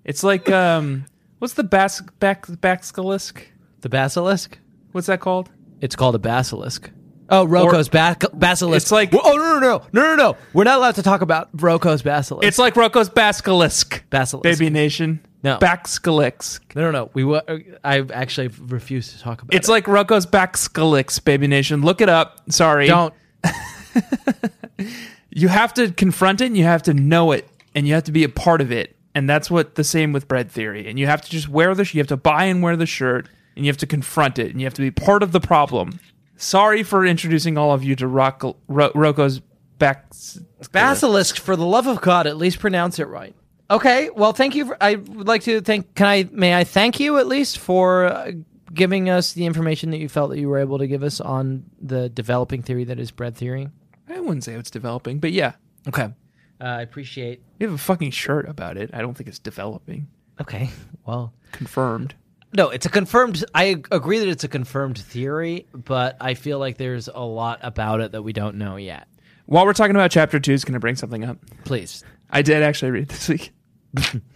it's like, um, what's the bas- back- basilisk? The basilisk. What's that called? It's called a basilisk. Oh, Rocco's ba- basilisk. It's like- Well, oh no no no no no no. We're not allowed to talk about Rocco's basilisk. It's like Rocco's basilisk. basilisk. Baby Nation. No. Basilisk. No no no. We wa- I actually refuse to talk about. It's it. like Rocco's basilisk, Baby Nation. Look it up. Sorry. don't. You have to confront it and you have to know it and you have to be a part of it. And that's what the same with bread theory. And you have to just wear the sh- you have to buy and wear the shirt and you have to confront it and you have to be part of the problem. Sorry for introducing all of you to Rocco, Ro- Rocco's back. Basilisk, for the love of God, at least pronounce it right. Okay, well, thank you. For, I would like to thank. Can I? May I thank you at least for uh, giving us the information that you felt that you were able to give us on the developing theory that is bread theory. I wouldn't say it's developing, but yeah. Okay, uh, I appreciate. We have a fucking shirt about it. I don't think it's developing. Okay, well, Confirmed. no, it's a confirmed. I agree that it's a confirmed theory, but I feel like there's a lot about it that we don't know yet. While we're talking about chapter two, can I bring something up? Please, I did actually read this week.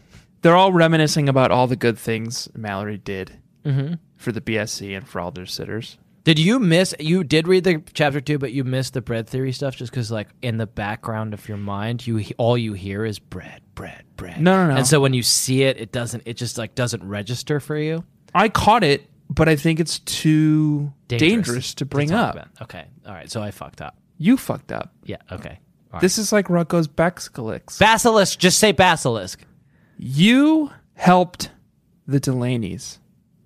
They're all reminiscing about all the good things Mallory did for the BSC and for all their sitters. Did you miss? You did read the chapter two, but you missed the bread theory stuff just because, like, in the background of your mind, you he- all you hear is bread, bread, bread. No, no, no. And so when you see it, it doesn't. It just like doesn't register for you. I caught it, but I think it's too dangerous, to bring talk up. about. Okay, all right. So I fucked up. You fucked up. Yeah. Okay. All right. This is like Rucko's Baxcalix. basilisk. Just say basilisk. you helped the Delaney's,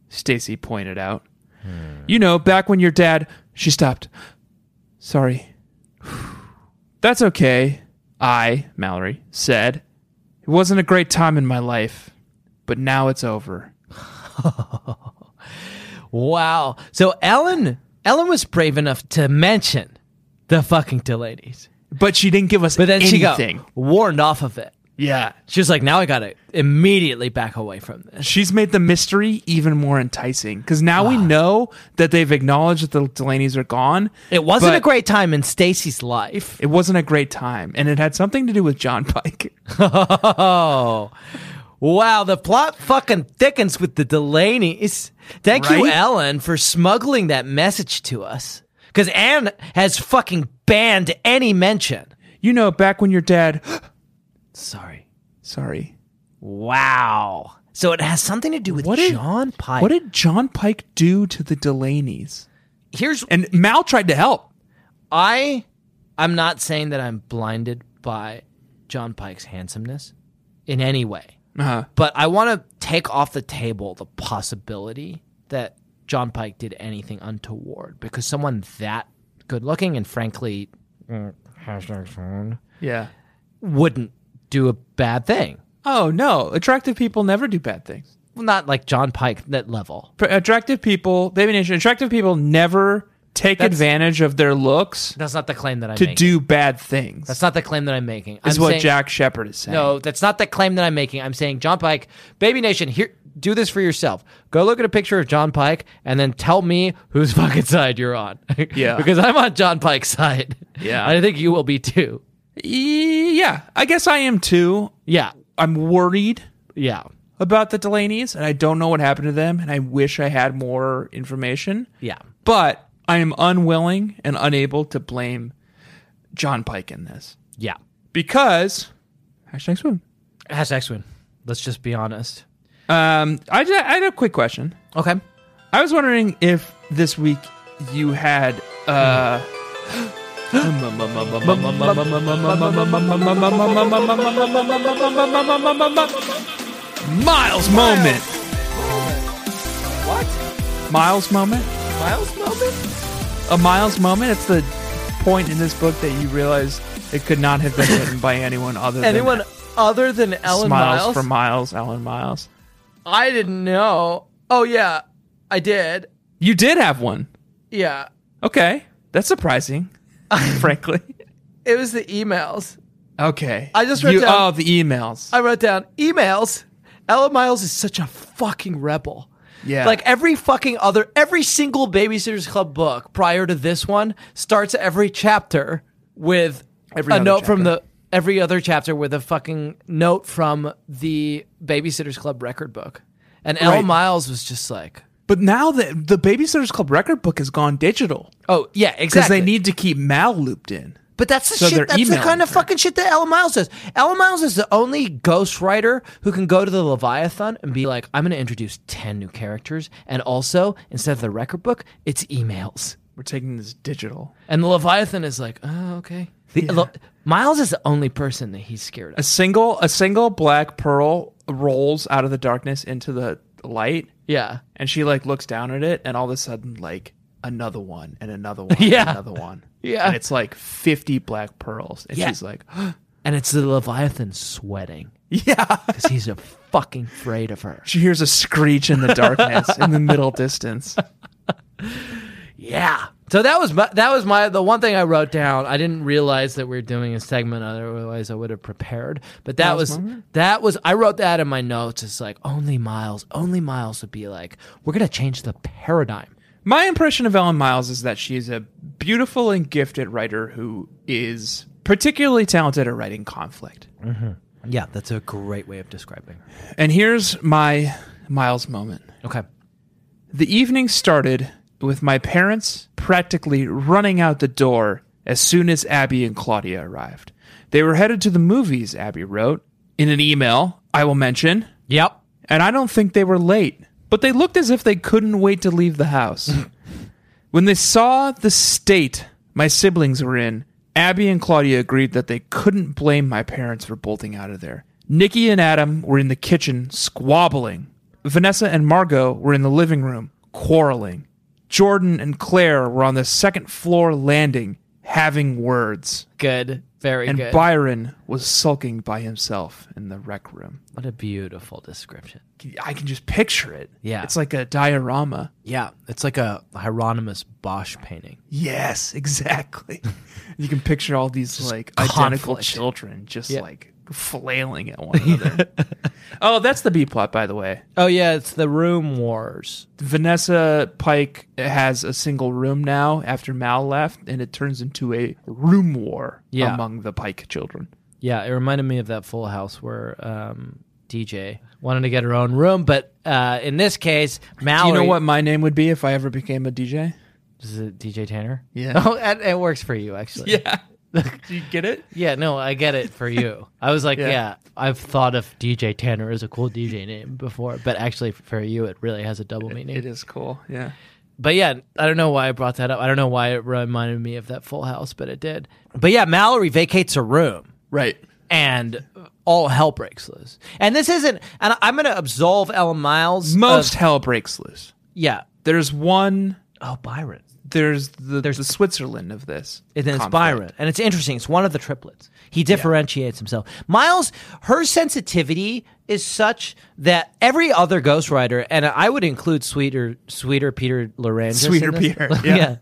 Stacy pointed out. Hmm. You know, back when your dad, she stopped. Sorry. That's okay. I, Mallory, said, It wasn't a great time in my life, but now it's over. Wow. So Ellen, Ellen was brave enough to mention the fucking Delaney's, But she didn't give us but then anything. she got warned off of it. yeah. She was like, "Now I gotta immediately back away from this." She's made the mystery even more enticing because now Ah. we know that they've acknowledged that the Delaney's are gone. It wasn't a but great time in Stacy's life. It wasn't a great time, and it had something to do with John Pike. Oh. Wow, the plot fucking thickens with the Delaney's. Thank you, Right? Ellen, for smuggling that message to us. Because Anne has fucking banned any mention. You know, back when your dad. Sorry. Sorry. Wow. So it has something to do with What did- John Pike. What did John Pike do to the Delaney's? Here's And Mal tried to help. I I'm not saying that I'm blinded by John Pike's handsomeness in any way. Uh-huh. But I want to take off the table the possibility that John Pike did anything untoward because someone that good looking and frankly mm, Yeah. wouldn't do a bad thing. Oh, no. Attractive people never do bad things. Well, not like John Pike that level. Pr- Attractive people, Baby Nation, attractive people never take That's- advantage of their looks That's not the claim that I'm to making. do bad things. that's not the claim that I'm making. is I'm what saying- Jack Shepard is saying. No, that's not the claim that I'm making. I'm saying John Pike, Baby Nation, here do this for yourself. Go look at a picture of John Pike and then tell me whose fucking side you're on. Yeah. because I'm on John Pike's side. Yeah. I think you will be too. E- Yeah. I guess I am too. Yeah. I'm worried Yeah. about the Delaney's, and I don't know what happened to them, and I wish I had more information. Yeah. But I am unwilling and unable to blame John Pike in this Yeah. because hashtag swoon. Hashtag swim. Let's just be honest. Um, I, ju- I had a quick question. Okay. I was wondering if this week you had uh. Miles moment. What? Miles moment? Miles moment? A a Miles moment. It's the point in this book that you realize it could not have been written by anyone other than Anyone other than Ellen Smiles Miles? for Miles, Alan Miles. I didn't know. Oh yeah, I did. You did have one. Yeah, Okay, that's surprising, frankly. it was the emails. Okay, I just wrote you, down- oh the emails. I wrote down emails. Ella Miles is such a fucking rebel. Yeah. Like every fucking other, every single Babysitters Club book prior to this one starts every chapter with Every a other note from chapter. the, every other chapter with a fucking note from the Babysitters Club record book. And Elle Right. Miles was just like, but now that the Babysitters Club record book has gone digital, oh, yeah, because exactly. they need to keep Mal looped in. But that's the So they're shit. That's the emailing kind of her. fucking shit that Ella Miles does. Ella Miles is the only ghostwriter who can go to the Leviathan and be like, "I'm going to introduce ten new characters, and also instead of the record book, it's emails." We're taking this digital. And the Leviathan is like, "Oh, okay." The, Le- Miles is the only person that he's scared A of. single, a single black pearl rolls out of the darkness into the light, Yeah, and she like looks down at it, and all of a sudden, like another one and another one, Yeah. and another one, Yeah. and it's like fifty black pearls, and Yeah. she's like, and it's the Leviathan sweating yeah. because he's a fucking afraid of her. She hears a screech in the darkness in the middle distance. Yeah. So that was my, that was my the one thing I wrote down. I didn't realize that we were doing a segment, otherwise I would have prepared. But that was that was I wrote that in my notes. It's like only Miles, only Miles would be like, we're gonna change the paradigm. My impression of Ellen Miles is that she is a beautiful and gifted writer who is particularly talented at writing conflict. Yeah, that's a great way of describing. her. And here's my Miles moment. Okay. The evening started with my parents practically running out the door as soon as Abby and Claudia arrived. They were headed to the movies, Abby wrote in an email, I will mention. Yep. and I don't think they were late, but they looked as if they couldn't wait to leave the house. when they saw the state my siblings were in, Abby and Claudia agreed that they couldn't blame my parents for bolting out of there. Nikki and Adam were in the kitchen squabbling. Vanessa and Margot were in the living room quarreling. Jordan and Claire were on the second floor landing having words. Good. Very And good. Byron was sulking by himself in the rec room. what a beautiful description. I can just picture it. Yeah. It's like a diorama. Yeah, it's like a Hieronymus Bosch painting. Yes, exactly. you can picture all these like identical conflict. children just Yeah. like flailing at one another. oh, that's the B plot, by the way. Oh yeah, it's the Room Wars. Vanessa Pike has a single room now after Mal left, and it turns into a room war Yeah. among the Pike children. Yeah, it reminded me of that Full House where um, DJ wanted to get her own room, but uh, in this case, Mallory. you know what my name would be if I ever became a DJ? Is it DJ Tanner? Yeah. Oh, it, it works for you actually. Yeah. Do you get it? Yeah, No, I get it for you. I was like, yeah. Yeah. I've thought of DJ Tanner as a cool DJ name before, but actually for you, it really has a double meaning. It is cool. Yeah. But yeah, I don't know why I brought that up. I don't know why it reminded me of that Full House, but it did. But yeah, Mallory vacates her room. Right. and all hell breaks loose. And this isn't. And I'm going to absolve Ellen Miles. of- Most hell breaks loose. yeah. There's one Oh, Byron. there's the there's the Switzerland of this. And then it's conflict. Byron, and it's interesting. It's one of the triplets. He differentiates himself. Miles, her sensitivity is such that every other ghostwriter, and I would include sweeter, sweeter Peter Larangis. in Sweeter this. Peter, yeah.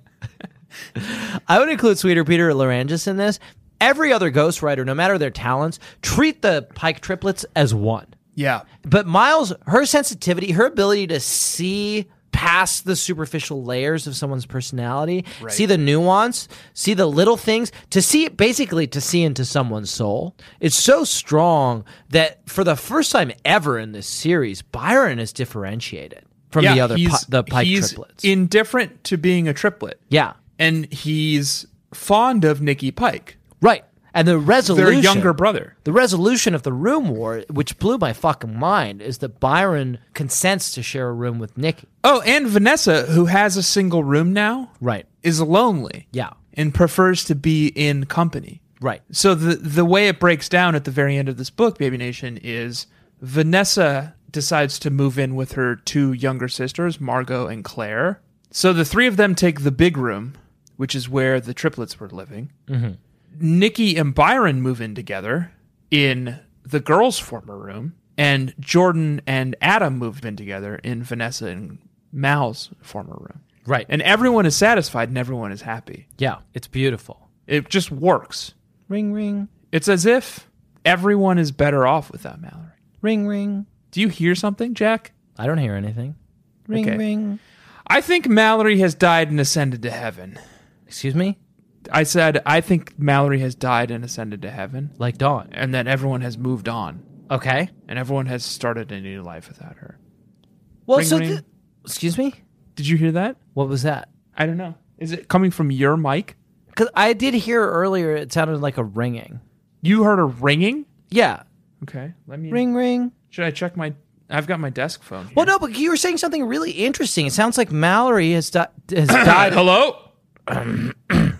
Yeah. I would include sweeter Peter Larangis in this. Every other ghostwriter, no matter their talents, treat the Pike triplets as one. Yeah. But Miles, her sensitivity, her ability to see past the superficial layers of someone's personality, see the nuance, see the little things, to see basically to see into someone's soul. It's so strong that for the first time ever in this series, Byron is differentiated from the other pi- he's- the Pike he's triplets. Indifferent to being a triplet. yeah. And he's fond of Nikki Pike, Right. And the their resolution younger brother. The resolution of the room war, which blew my fucking mind, is that Byron consents to share a room with Nikki. Oh, and Vanessa, who has a single room now, Right. is lonely. Yeah. And prefers to be in company. Right. So the the way it breaks down at the very end of this book, Baby Nation, is Vanessa decides to move in with her two younger sisters, Margot and Claire. So the three of them take the big room which is where the triplets were living. Nikki and Byron move in together in the girls' former room, and Jordan and Adam move in together in Vanessa and Mal's former room. Right. And everyone is satisfied and everyone is happy. yeah, it's beautiful. It just works. Ring, ring, It's as if everyone is better off without Mallory. ring, ring. Do you hear something, Jack? I don't hear anything. Ring, Okay. ring. I think Mallory has died and ascended to heaven. Excuse me? I said, I think Mallory has died and ascended to heaven, Like dawn. and that everyone has moved on, Okay. and everyone has started a new life without her. Well, Ring, so. ring. th- excuse me? Did you hear that? What was that? I don't know. Is it coming from your mic? Because I did hear earlier it sounded like a ringing. You heard a ringing? Yeah. Okay. Let me. Ring, ring. Should I check my. I've got my desk phone. Here. Well, Oh, no, but you were saying something really interesting. It sounds like Mallory has, di- has died. Hello?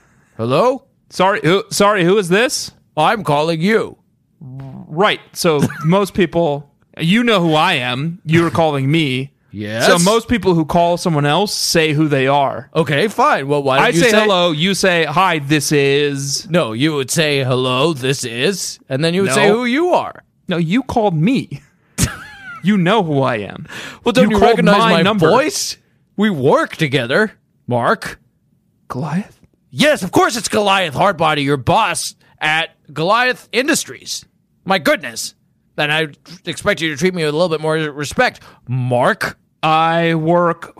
Hello? Sorry. Who, sorry. Who is this? I'm calling you. Right. So most people, you know who I am. You're calling me. Yes. So most people who call someone else say who they are. Okay, fine. Well, why don't I you say, hello. You say hi. This is No, you would say hello. This is, and then you would No. say who you are. no. You called me. you know who I am. Well, don't you, called recognize my, number. voice? We work together, Mark. Goliath. Yes, of course it's Goliath Hardbody, your boss at Goliath Industries. My goodness. Then I expect you to treat me with a little bit more respect, Mark. I work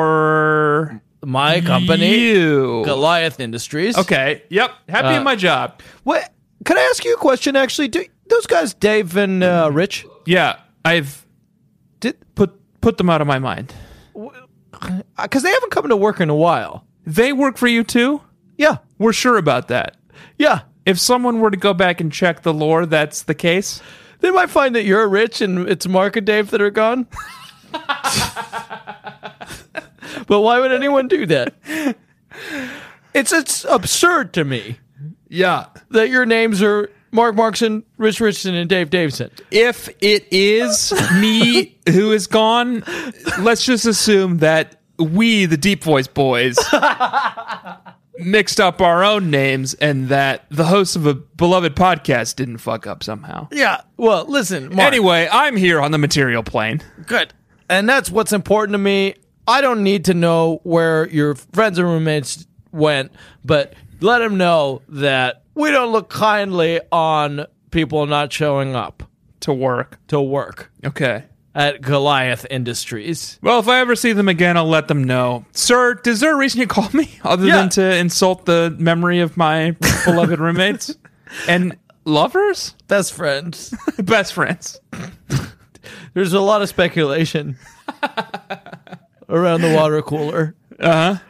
for My company, you. Goliath Industries. Okay. Yep. Happy Uh, in my job. What? Can I ask you a question? Actually, do those guys, Dave and uh, Rich, Yeah. I've did put put them out of my mind. because uh, they haven't come to work in a while. They work for you too. Yeah, We're sure about that. yeah. If someone were to go back and check the lore, that's the case. They might find that you're rich and it's Mark and Dave that are gone. but why would anyone do that? It's it's absurd to me Yeah. that your names are Mark Markson, Rich Richardson, and Dave Davidson. If it is me who is gone, let's just assume that we, the Deep Voice Boys, mixed up our own names and that the hosts of a beloved podcast didn't fuck up somehow. Yeah. Well, listen, Mark. Anyway, I'm here on the material plane. good. And that's what's important to me. I don't need to know where your friends and roommates went, but let them know that we don't look kindly on people not showing up To work. to work. Okay. at Goliath Industries. Well, if I ever see them again, I'll let them know. Sir, is there a reason you called me other Yeah. than to insult the memory of my beloved roommates and lovers? Best friends. Best friends. There's a lot of speculation around the water cooler. Uh Uh-huh. huh.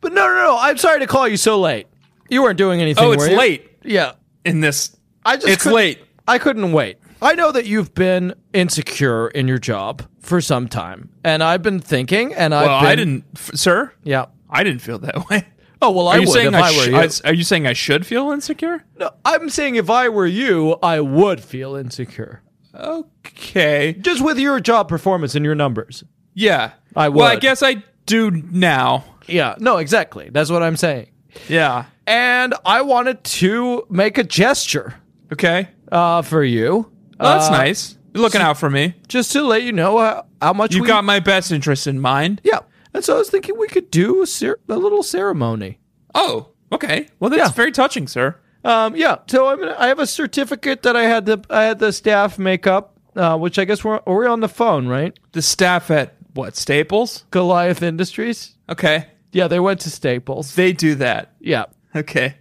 But no, no, no. I'm sorry to call you so late. You weren't doing anything. Oh, it's were you? late Yeah. in this. I just It's couldn't- late. I couldn't wait. I know that you've been insecure in your job for some time, and I've been thinking, and I've Well, been, Oh, I didn't, f- sir. Yeah. I didn't feel that way. Oh well, Are I you would saying if I I, sh- were you. I s- are you saying I should feel insecure? no, I'm saying if I were you, I would feel insecure Okay. just with your job performance and your numbers. Yeah. I Well, I would. guess I do now. Yeah, no, exactly. That's what I'm saying. Yeah. And I wanted to make a gesture Okay. uh, for you, Well, that's Uh, nice. You're looking out for me. just to let you know how, how much You we, got my best interest in mind. Yeah, and so I was thinking we could do a, cer- a little ceremony. Oh, okay. Well, that's Yeah. very touching, sir. Um, yeah, so I'm gonna, I have a certificate that I had the I had the staff make up, uh, which I guess we're we're on the phone, right? The staff at what Staples? Goliath Industries. Okay, Yeah, they went to Staples. they do that. Yeah, Okay.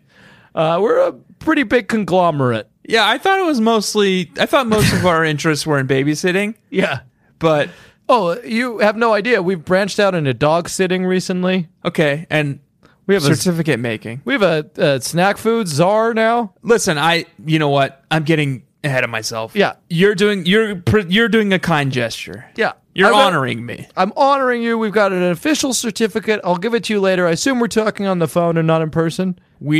uh, we're a pretty big conglomerate. Yeah, I thought it was mostly. I thought most of our interests were in babysitting, Yeah. but Oh, you have no idea. We've branched out into dog sitting recently. okay. And We have a certificate making. We have a, a snack food czar now. Listen, I. You know what? I'm getting ahead of myself. Yeah. you're doing. You're pr- you're doing a kind gesture. Yeah. you're I'm a- honoring me. I'm honoring you. We've got an official certificate. I'll give it to you later. I assume we're talking on the phone and not in person. We.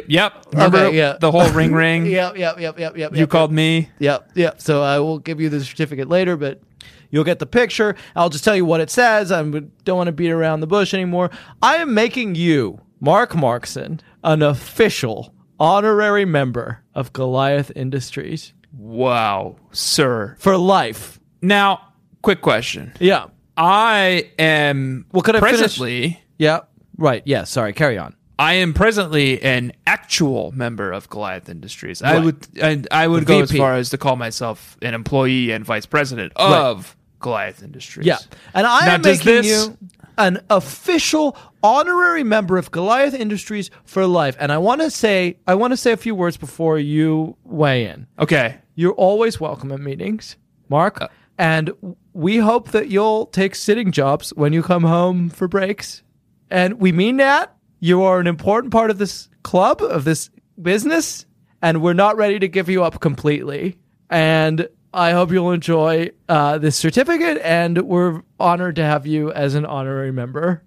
Y- yep. Remember yeah. the whole ring ring. Yep, yep, yep, yep, yep. You called me. Yep, yep. So I will give you the certificate later, but you'll get the picture. I'll just tell you what it says. I would- don't want to beat around the bush anymore. I am making you Mark Markson, an official honorary member of Goliath Industries Wow, sir. for life. Now, quick question. Yeah. I am Well, could I finish- presently Yeah. Right. Yeah. Sorry. Carry on. I am presently an actual member of Goliath Industries. I Right. would I, I would go as VP. far as to call myself an employee and vice president of Goliath Industries. Yeah. And I Now, am does making this- you an official honorary member of Goliath Industries for life. And I want to say I want to say a few words before you weigh in. Okay. You're always welcome at meetings, Mark. and we hope that you'll take sitting jobs when you come home for breaks. And we mean that. You are an important part of this club, of this business, and we're not ready to give you up completely. And I hope you'll enjoy uh, this certificate, and we're honored to have you as an honorary member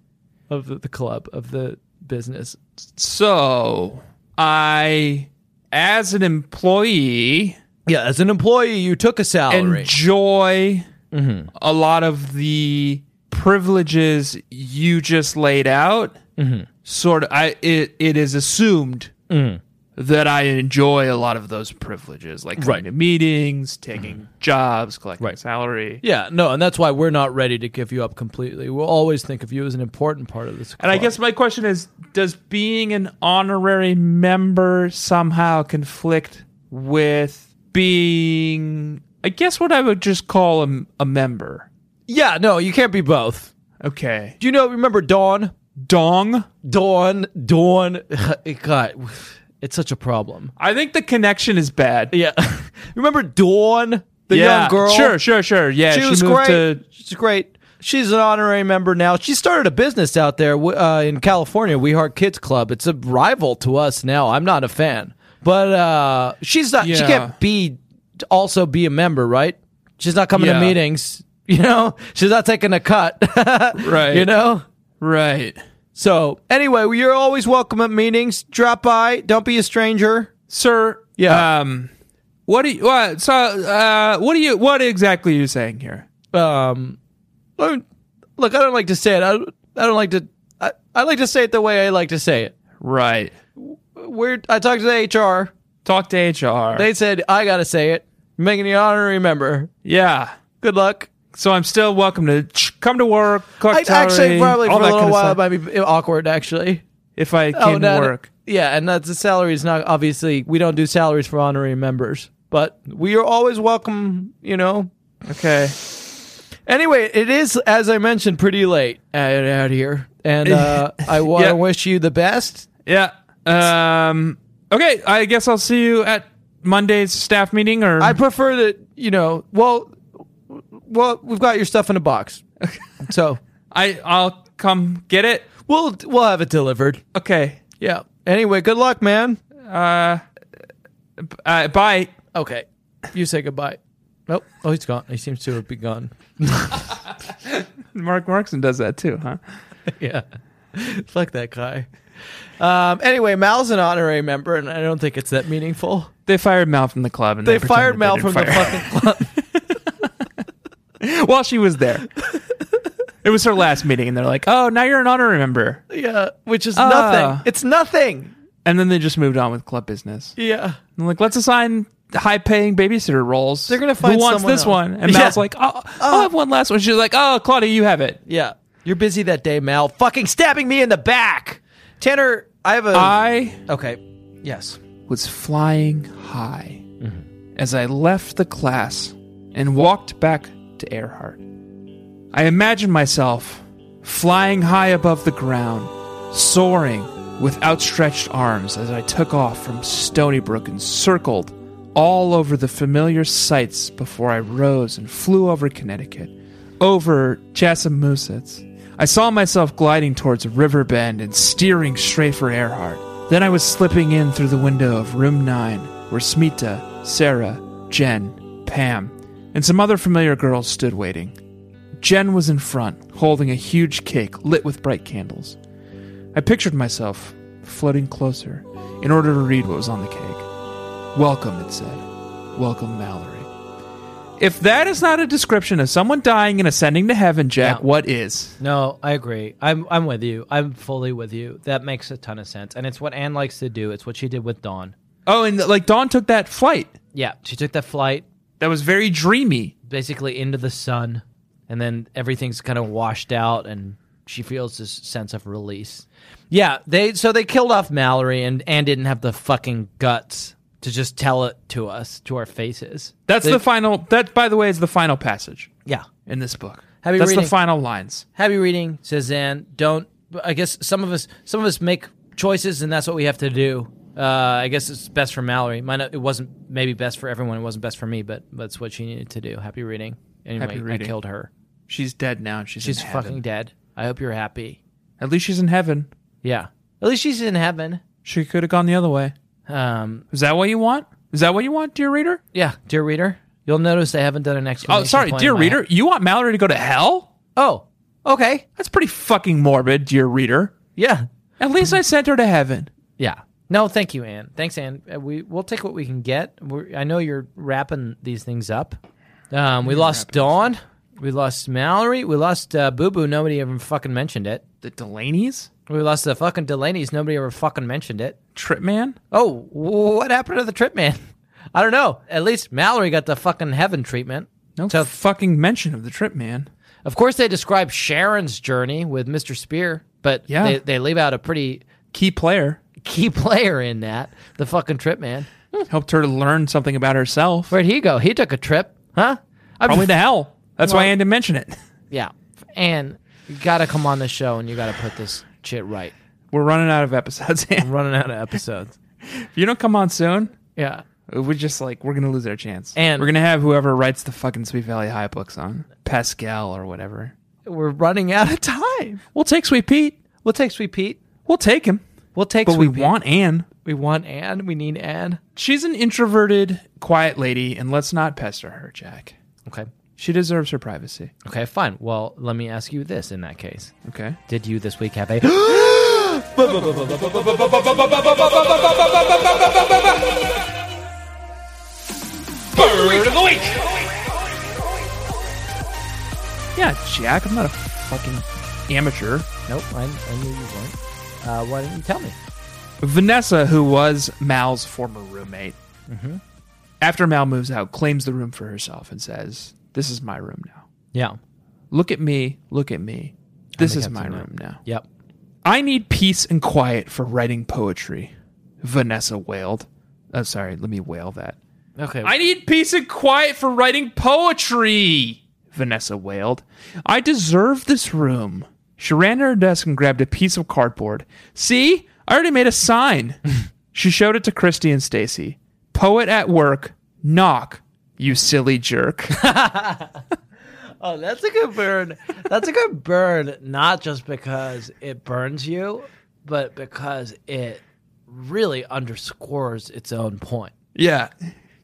of the, the club, of the business. So I, as an employee, Yeah, as an employee, you took a salary. enjoy Mm-hmm. a lot of the privileges you just laid out. Mm-hmm. Sort of, I it it is assumed that I enjoy a lot of those privileges, like Mm-hmm. Right. Mm-hmm. going to meetings, taking jobs, collecting Right. salary. Yeah, no, and that's why we're not ready to give you up completely. We'll always think of you as an important part of this. And I guess my question is: Does being an honorary member somehow conflict with being, I guess, what I would just call a, a member? yeah, no, you can't be both. Okay, Do you know? Remember Dawn? dong. Dawn, Dawn. God, it's such a problem. I think the connection is bad. Yeah, remember Dawn, the young girl. Sure, sure, sure. Yeah, she, she, was moved great. to. She's great. She's an honorary member now. She started a business out there uh, in California, We Heart Kids Club. It's a rival to us now. I'm not a fan, but uh, she's not. She Yeah. can't be also be a member, right? She's not coming Yeah. to meetings. You know, she's not taking a cut. Right. You know. Right. So anyway, you're always welcome at meetings. Drop by. Don't be a stranger. Sir, Yeah. um what do you what so uh what do you what exactly are you saying here? um I don't- look i don't like to say it i, I don't like to I, I like to say it the way i like to say it Right. we're i talked to hr Talk to HR. they said i gotta say it making the honorary member yeah. good luck So I'm still welcome to ch- come to work, cook i salary, actually probably for all a that little kind of while oh, it stuff, might be awkward actually if I can no, no. work. yeah and that's the salary is not obviously we don't do salaries for honorary members but we are always welcome you know Okay. Anyway, it is as I mentioned, pretty late out, out here, and uh, I want to Yeah. wish you the best. Yeah. Um okay, I guess I'll see you at Monday's staff meeting or I prefer that you know. Well, well, we've got your stuff in a box, so I I'll come get it. we'll we'll have it delivered. Okay. Yeah. Anyway, good luck, man. Uh, b- uh bye. Okay, you say goodbye. Nope. Oh, he's gone. He seems to have been gone. Mark Markson does that too, huh? yeah. Fuck that guy. Um, anyway, Mal's an honorary member, and I don't think it's that meaningful. They fired Mal from the club, and They pretended fired they Mal didn't from the fire her. fucking club. while she was there. it was her last meeting, and they're like, "Oh, now you're an honorary member," Yeah, which is Ah. nothing. It's nothing. and then they just moved on with club business. Yeah. And like, let's assign high-paying babysitter roles. They're gonna find who wants someone this else. one, and Yeah. Uh, Mal's like, oh, "I'll have one last one." She's like, "Oh, Claudia, you have it." Yeah. You're busy that day, Mal. Fucking stabbing me in the back. Tanner, I have a. Uh, I okay. Yes. was flying high as I left the class and walked back to Earhart. I imagined myself flying high above the ground, soaring with outstretched arms as I took off from Stony Brook and circled all over the familiar sights before I rose and flew over Connecticut, over Chasamusets. I saw myself gliding towards a river bend and steering straight for Earhart. Then I was slipping in through the window of room 9 where Smita, Sarah, Jen, Pam, and some other familiar girls stood waiting. Jen was in front, holding a huge cake lit with bright candles. I pictured myself floating closer in order to read what was on the cake. Welcome, it said. Welcome, Mallory. If that is not a description of someone dying and ascending to heaven, Jack, Yeah. what is? No, I agree. I'm I'm with you. I'm fully with you. That makes a ton of sense, and it's what Anne likes to do. It's what she did with Dawn. Oh, and like Dawn took that flight. Yeah, she took that flight That was very dreamy. basically into the sun, and then everything's kind of washed out, and she feels this sense of release. Yeah, they so they killed off Mallory, and Anne didn't have the fucking guts to just tell it to us to our faces. That's They- the final. That, by the way, is the final passage yeah. in this book. Have you That's reading- the final lines. happy reading says Zan. Don't. I guess some of us some of us make choices, and that's what we have to do. Uh, I guess it's best for Mallory. Mine, it wasn't maybe best for everyone. It wasn't best for me, but that's what she needed to do. Happy reading. Anyway, Happy reading. I killed her. She's dead now. And she's She's in heaven. fucking dead. I hope you're happy. At least she's in heaven. Yeah. At least she's in heaven. She could have gone the other way. Um. Is that what you want? Is that what you want, dear reader? Yeah, dear reader, you'll notice I haven't done an explanation. Oh, sorry, plan in dear my reader. head. You want Mallory to go to hell? Oh, okay. That's pretty fucking morbid, dear reader. Yeah. At least I sent her to heaven. Yeah. No, thank you, Anne. Thanks, Anne. Uh, We we'll take what we can get. We're, I know you're wrapping these things up. Um, we lost Dawn. We lost Mallory. We lost uh, Boo Boo. Nobody ever fucking mentioned it. The Delaney's? We lost the fucking Delaney's. Nobody ever fucking mentioned it. Trip man? Oh, wh- what happened to the trip man? I don't know. At least Mallory got the fucking heaven treatment. No So- fucking mention of the trip man. Of course, they describe Sharon's journey with Mr. Spear, but Yeah. they, they leave out a pretty Key player. key player in that the fucking trip man. Helped her to learn something about herself. Where'd he go? He took a trip, huh? I'm Probably to hell. That's why Well- I had to mention it. Yeah. And you got to come on the show and you got to put this shit right. We're running out of episodes. I'm if running out of episodes. you don't come on soon, Yeah. we're just like, we're going to lose our chance. And- we're going to have whoever writes the fucking Sweet Valley High books on Pascal or whatever. We're running out of time. We'll take Sweet Pete. We'll take Sweet Pete. We'll take him. We'll take But Sweet we want Anne. We want Anne. We need Anne. She's an introverted, quiet lady, and let's not pester her, Jack. Okay. She deserves her privacy. Okay, fine. Well, let me ask you this in that case. Okay. Did you this week have a. Bird of the week. Yeah, Jack. I'm not a fucking amateur. nope, I, I knew you weren't. Uh, why didn't you tell me? Vanessa, who was Mal's former roommate, Mm-hmm. after Mal moves out, claims the room for herself and says, "This is my room now. Yeah. Look at me. Look at me. This the is captain my now." room now." Yep. I need peace and quiet for writing poetry, Vanessa wailed. Oh, sorry, let me wail that. Okay. I need peace and quiet for writing poetry, Vanessa wailed. I deserve this room. She ran to her desk and grabbed a piece of cardboard. See, I already made a sign. she showed it to Christy and Stacy. Poet at work, knock, you silly jerk. Oh, that's a good burn. That's a good burn, not just because it burns you, but because it really underscores its own point. yeah,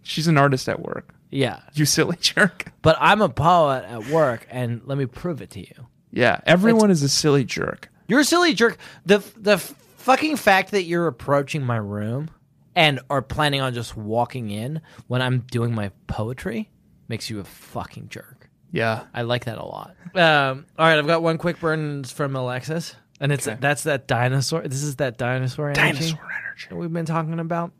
she's an artist at work. Yeah. You silly jerk. But I'm a poet at work, and let me prove it to you. Yeah, everyone is a silly jerk. You're a silly jerk. The the fucking fact that you're approaching my room and are planning on just walking in when I'm doing my poetry makes you a fucking jerk. Yeah. I like that a lot. Um, all right, I've got one quick burn and it's from Alexis, and it's that's that dinosaur. This is that dinosaur energy that we've been talking about.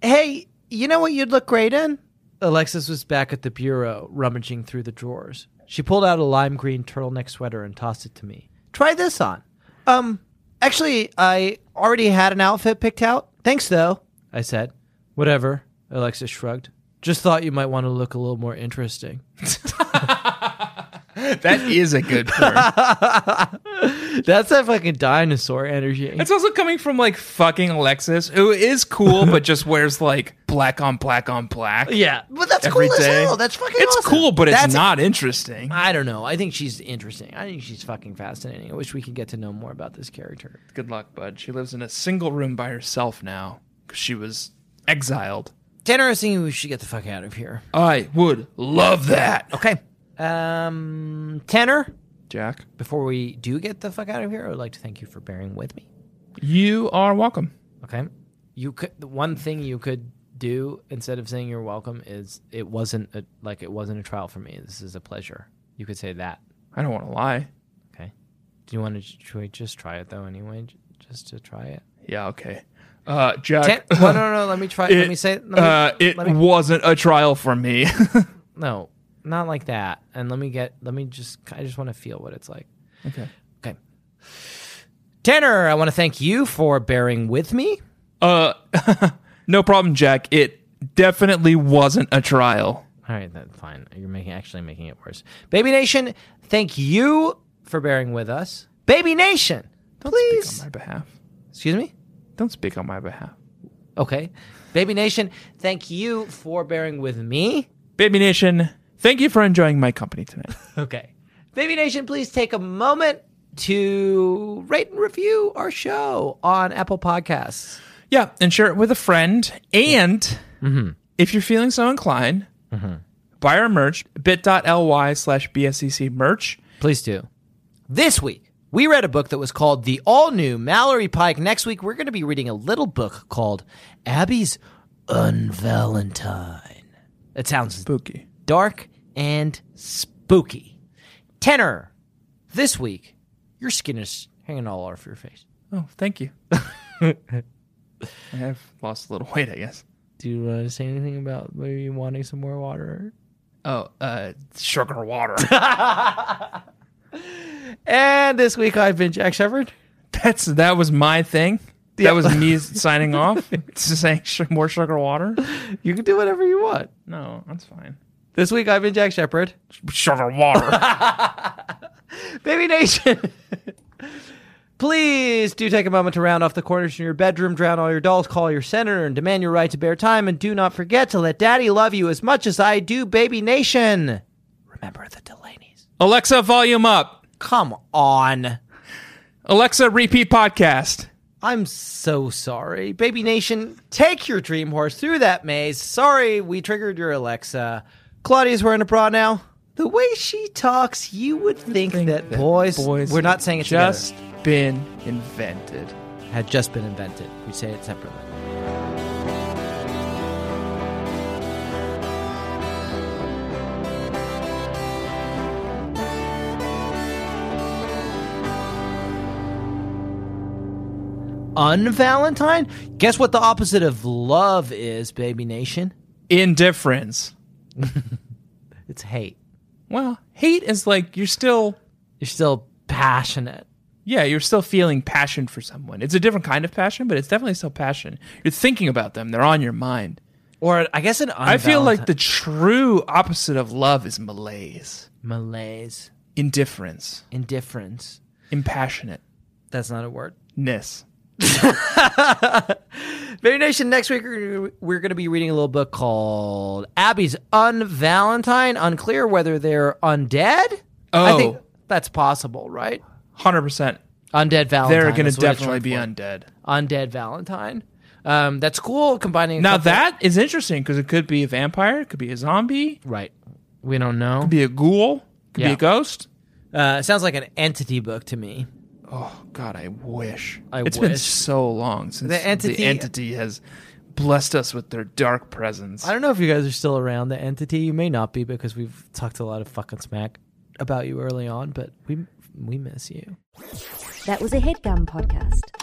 Hey, you know what you'd look great in? Alexis was back at the bureau, rummaging through the drawers. She pulled out a lime green turtleneck sweater and tossed it to me. Try this on. Um, actually, I already had an outfit picked out. Thanks, though, I said. Whatever, Alexis shrugged. Just thought you might want to look a little more interesting. That is a good burn. That's that fucking dinosaur energy. It's also coming from like fucking Alexis, who is cool but just wears like black on black on black. yeah, but that's every cool day. as hell. That's fucking. It's awesome. cool, but it's That's- not interesting. I don't know. I think she's interesting. I think she's fucking fascinating. I wish we could get to know more about this character. Good luck, bud. She lives in a single room by herself now because she was exiled. Tanner is thinking we should get the fuck out of here. I would love that. Okay. Um, Tanner, Jack, before we do get the fuck out of here, I would like to thank you for bearing with me. you are welcome. Okay. You could the one thing you could do instead of saying you're welcome is it wasn't a, like it wasn't a trial for me. This is a pleasure. You could say that. I don't want to lie. Okay. Do you want to? Should we just try it though? Anyway, J- just to try it. Yeah, okay. Uh, Jack. Ten- no, no, no. Let me try. let me say. Let me, uh, it let me- wasn't a trial for me. no, not like that. And let me get. Let me just. I just want to feel what it's like. okay. Okay. Tanner, I want to thank you for bearing with me. Uh, no problem, Jack. It definitely wasn't a trial. All right, that's fine. You're making actually making it worse. Baby Nation, thank you for bearing with us. Baby Nation, Speak please. on my behalf. Excuse me. Don't speak on my behalf. Okay. Baby Nation, thank you for bearing with me. Baby Nation, thank you for enjoying my company tonight. Okay. Baby Nation, please take a moment to rate and review our show on Apple Podcasts. yeah, and share it with a friend. And Mm-hmm. if you're feeling so inclined, buy our merch, bit.ly slash BSCC merch. Please do. This week, we read a book that was called The All New Mallory Pike. Next week, we're going to be reading a little book called Abby's Unvalentine. It sounds Spooky. dark and spooky. Tenor, this week, your skin is hanging all over your face. Oh, thank you. I have lost a little weight, I guess. Do you want to say anything about maybe wanting some more water? Oh, uh, sugar water. And this week, I've been Jack Shepard. That's that was my thing. That was me signing off, saying sh- more sugar water. You can do whatever you want. No, that's fine. This week, I've been Jack Shepard. Sugar water. Baby Nation. Please do take a moment to round off the corners in your bedroom, drown all your dolls, call your senator, and demand your right to bear time. And do not forget to let daddy love you as much as I do, Baby Nation. Remember the Delaney's. Alexa, volume up. Come on. Alexa, repeat podcast. I'm so sorry. Baby Nation, take your dream horse through that maze. Sorry, we triggered your Alexa. Claudia's wearing a bra now. The way she talks, you would think, that, boys, we're not saying it just together, been invented. had just been invented. We say it separately. unvalentine? Guess what the opposite of love is, baby nation? Indifference. It's hate. Well, hate is like you're still, You're still passionate. yeah, you're still feeling passion for someone. It's a different kind of passion, but it's definitely still passion. You're thinking about them. They're on your mind. Or I guess an unvalentine. I feel like the true opposite of love is malaise, malaise, indifference, indifference. impassionate-ness. That's not a word. Baby Nation, next week we're- we're going to be reading a little book called Abby's Unvalentine. Unclear whether they're undead. I Oh. think that's possible, right? Hundred percent. Undead Valentine. They're going that's to what it's definitely short be for. undead. Undead Valentine. Um, that's cool. Combining a Now couple- that is interesting because it could be a vampire, it could be a zombie, it right? We don't know. could be a ghoul, it could be Yeah. a ghost. Uh, it sounds like an entity book to me. Oh God, I wish. I It's been wish. so long since The entity- entity has blessed us with their dark presence. I don't know if you guys are still around the entity. You may not be because we've talked a lot of fucking smack about you early on, but we we miss you. That was a headgum podcast.